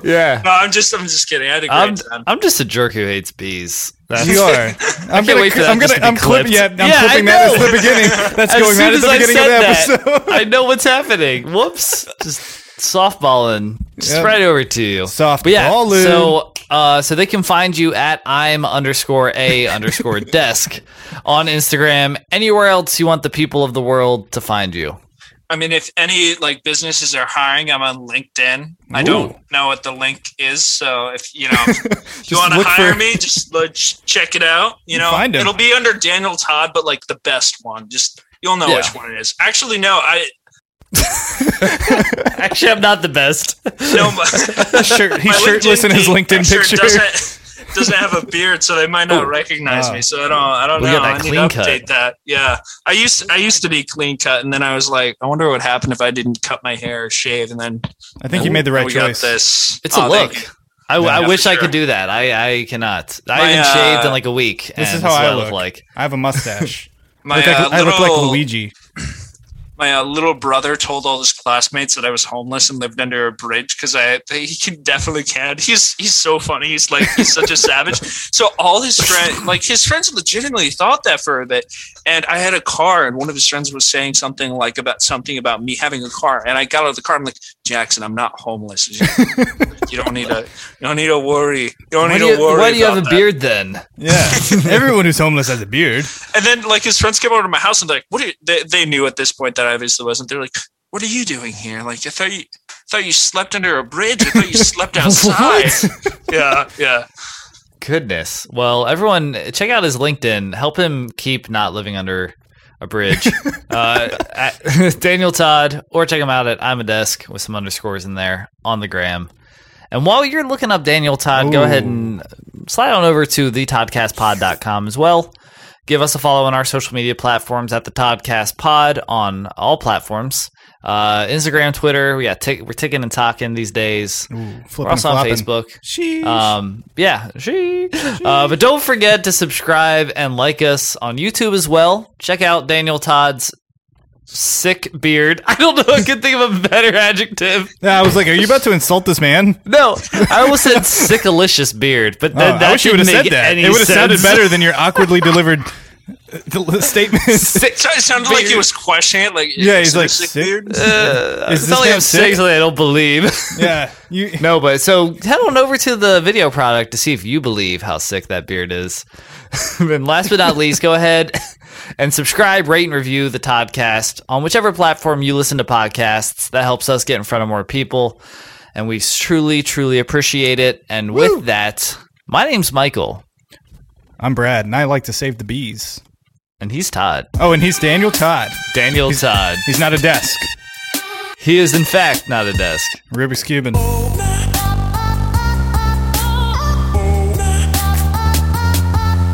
[SPEAKER 1] Yeah,
[SPEAKER 3] no, I'm just, I'm just kidding. I had a great
[SPEAKER 1] I'm
[SPEAKER 3] time.
[SPEAKER 1] I'm just a jerk who hates bees. That's,
[SPEAKER 2] You are. I'm
[SPEAKER 1] can't
[SPEAKER 2] gonna,
[SPEAKER 1] wait for
[SPEAKER 2] I'm
[SPEAKER 1] that
[SPEAKER 2] gonna,
[SPEAKER 1] just to
[SPEAKER 2] I'm
[SPEAKER 1] be
[SPEAKER 2] clipping. Yeah, I'm
[SPEAKER 1] clipped. Yeah, I
[SPEAKER 2] clipping that as
[SPEAKER 1] know.
[SPEAKER 2] the beginning. That's
[SPEAKER 1] as
[SPEAKER 2] going
[SPEAKER 1] soon
[SPEAKER 2] right at
[SPEAKER 1] as
[SPEAKER 2] the
[SPEAKER 1] I
[SPEAKER 2] beginning of
[SPEAKER 1] said
[SPEAKER 2] the
[SPEAKER 1] that,
[SPEAKER 2] episode.
[SPEAKER 1] I know what's happening. Whoops, just softballing, just
[SPEAKER 2] Yep.
[SPEAKER 1] right over to you.
[SPEAKER 2] Soft
[SPEAKER 1] But yeah,
[SPEAKER 2] ballin'.
[SPEAKER 1] so uh, so they can find you at I'm underscore a underscore desk on Instagram. Anywhere else you want the people of the world to find you.
[SPEAKER 3] I mean, if any like businesses are hiring, I'm on LinkedIn. I don't know what the link is, so if you know, if you want to
[SPEAKER 2] look
[SPEAKER 3] hire
[SPEAKER 2] for-
[SPEAKER 3] me, just like, ch- check it out. You know,
[SPEAKER 2] Find him.
[SPEAKER 3] it'll be under Daniel Todd, but like the best one. Just you'll know
[SPEAKER 1] Yeah.
[SPEAKER 3] which one it is. Actually, no, I
[SPEAKER 1] Actually, I'm not the best.
[SPEAKER 3] no. My,
[SPEAKER 2] Shirt,
[SPEAKER 3] my
[SPEAKER 2] he's shirtless in his
[SPEAKER 3] page
[SPEAKER 2] LinkedIn
[SPEAKER 3] picture
[SPEAKER 2] picture.
[SPEAKER 3] Doesn't, doesn't have a beard, so they might not recognize
[SPEAKER 2] wow.
[SPEAKER 3] me. So I don't. I don't
[SPEAKER 1] We
[SPEAKER 3] know.
[SPEAKER 1] got that
[SPEAKER 3] I need to
[SPEAKER 1] clean cut.
[SPEAKER 3] update that. Yeah, I used I used to be clean cut, and then I was like, I wonder what happened if I didn't cut my hair or shave, and then
[SPEAKER 2] I think you made the right
[SPEAKER 3] we got
[SPEAKER 2] choice.
[SPEAKER 3] this.
[SPEAKER 1] It's a
[SPEAKER 3] Oh, thank
[SPEAKER 1] look.
[SPEAKER 3] you.
[SPEAKER 1] I, I
[SPEAKER 3] Yeah,
[SPEAKER 1] wish
[SPEAKER 3] for
[SPEAKER 1] I could
[SPEAKER 3] sure.
[SPEAKER 1] do that. I, I cannot. I
[SPEAKER 3] My,
[SPEAKER 1] haven't
[SPEAKER 3] uh,
[SPEAKER 1] shaved in like a week.
[SPEAKER 2] This
[SPEAKER 1] and
[SPEAKER 2] is how
[SPEAKER 1] what
[SPEAKER 2] I
[SPEAKER 1] look
[SPEAKER 2] look.
[SPEAKER 1] like.
[SPEAKER 2] I have a mustache.
[SPEAKER 3] My
[SPEAKER 2] Look like-
[SPEAKER 3] uh,
[SPEAKER 2] I look like
[SPEAKER 3] little-
[SPEAKER 2] Luigi.
[SPEAKER 3] my uh, little brother told all his classmates that I was homeless and lived under a bridge because I he can definitely can. He's he's so funny. He's like he's such a savage. So all his friends, like his friends, legitimately thought that for a bit. And I had a car, and one of his friends was saying something like about something about me having a car. And I got out of the car. I'm like Jackson, I'm not homeless. He's like, You don't need to. You don't need to worry. You don't
[SPEAKER 1] Why
[SPEAKER 3] need
[SPEAKER 1] do
[SPEAKER 3] to
[SPEAKER 1] you,
[SPEAKER 3] worry.
[SPEAKER 1] why do you
[SPEAKER 3] about
[SPEAKER 1] have a
[SPEAKER 3] that."
[SPEAKER 1] beard then?
[SPEAKER 2] Yeah. Everyone who's homeless has a beard.
[SPEAKER 3] And then like his friends came over to my house and they're like, "What?" Are you, they they knew at this point that I obviously wasn't. They're like, "What are you doing here? Like, I thought you I thought you slept under a bridge. I thought you slept outside." yeah, yeah.
[SPEAKER 1] Goodness. Well, everyone, check out his LinkedIn. Help him keep not living under a bridge. uh, at Daniel Todd, or check him out at I'm a Desk with some underscores in there on the gram. And while you're looking up Daniel Todd, go
[SPEAKER 2] Ooh.
[SPEAKER 1] ahead and slide on over to thetodcastpod.com as well. Give us a follow on our social media platforms at the Toddcast Pod on all platforms. Uh, Instagram, Twitter, we got tick we're ticking and talking these days.
[SPEAKER 2] Ooh,
[SPEAKER 1] We're
[SPEAKER 2] flipping
[SPEAKER 1] also on
[SPEAKER 2] flopping.
[SPEAKER 1] Facebook.
[SPEAKER 2] Sheesh.
[SPEAKER 1] Um, yeah, she. Uh, but don't forget to subscribe and like us on YouTube as well. Check out Daniel Todd's sick beard. I don't know. I could think of a better adjective.
[SPEAKER 2] yeah, I was like, are you about to insult this man?
[SPEAKER 1] No, I almost said sickalicious beard, but then
[SPEAKER 2] Oh,
[SPEAKER 1] that
[SPEAKER 2] I wish you would
[SPEAKER 1] didn't
[SPEAKER 2] have said
[SPEAKER 1] make
[SPEAKER 2] that.
[SPEAKER 1] any
[SPEAKER 2] It would have
[SPEAKER 1] sense.
[SPEAKER 2] sounded better than your awkwardly delivered uh, statements.
[SPEAKER 1] Sick.
[SPEAKER 3] So it sounded like he was questioning it. Like,
[SPEAKER 2] Yeah, he's
[SPEAKER 3] "Is it a
[SPEAKER 2] like,
[SPEAKER 3] sick
[SPEAKER 2] sick?
[SPEAKER 3] beard?"
[SPEAKER 1] Uh,
[SPEAKER 2] Is
[SPEAKER 1] it's
[SPEAKER 2] this
[SPEAKER 1] not like
[SPEAKER 2] man
[SPEAKER 1] I'm saying
[SPEAKER 2] sick?
[SPEAKER 1] something I don't believe.
[SPEAKER 2] Yeah, you.
[SPEAKER 1] no, but so head on over to the video product to see if you believe how sick that beard is. and last but not least, go ahead and subscribe, rate, and review the Toddcast on whichever platform you listen to podcasts. That helps us get in front of more people. And we truly, truly appreciate it. And with that, my name's Michael,
[SPEAKER 2] I'm Brad, and I like to save the bees.
[SPEAKER 1] and he's Todd.
[SPEAKER 2] Oh, and he's Daniel Todd.
[SPEAKER 1] Daniel Todd.
[SPEAKER 2] He's not a desk.
[SPEAKER 1] He is, in fact, not a desk.
[SPEAKER 2] Rubik's Cuban.
[SPEAKER 4] Todd.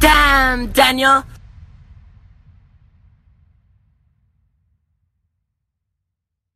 [SPEAKER 5] Damn, Daniel.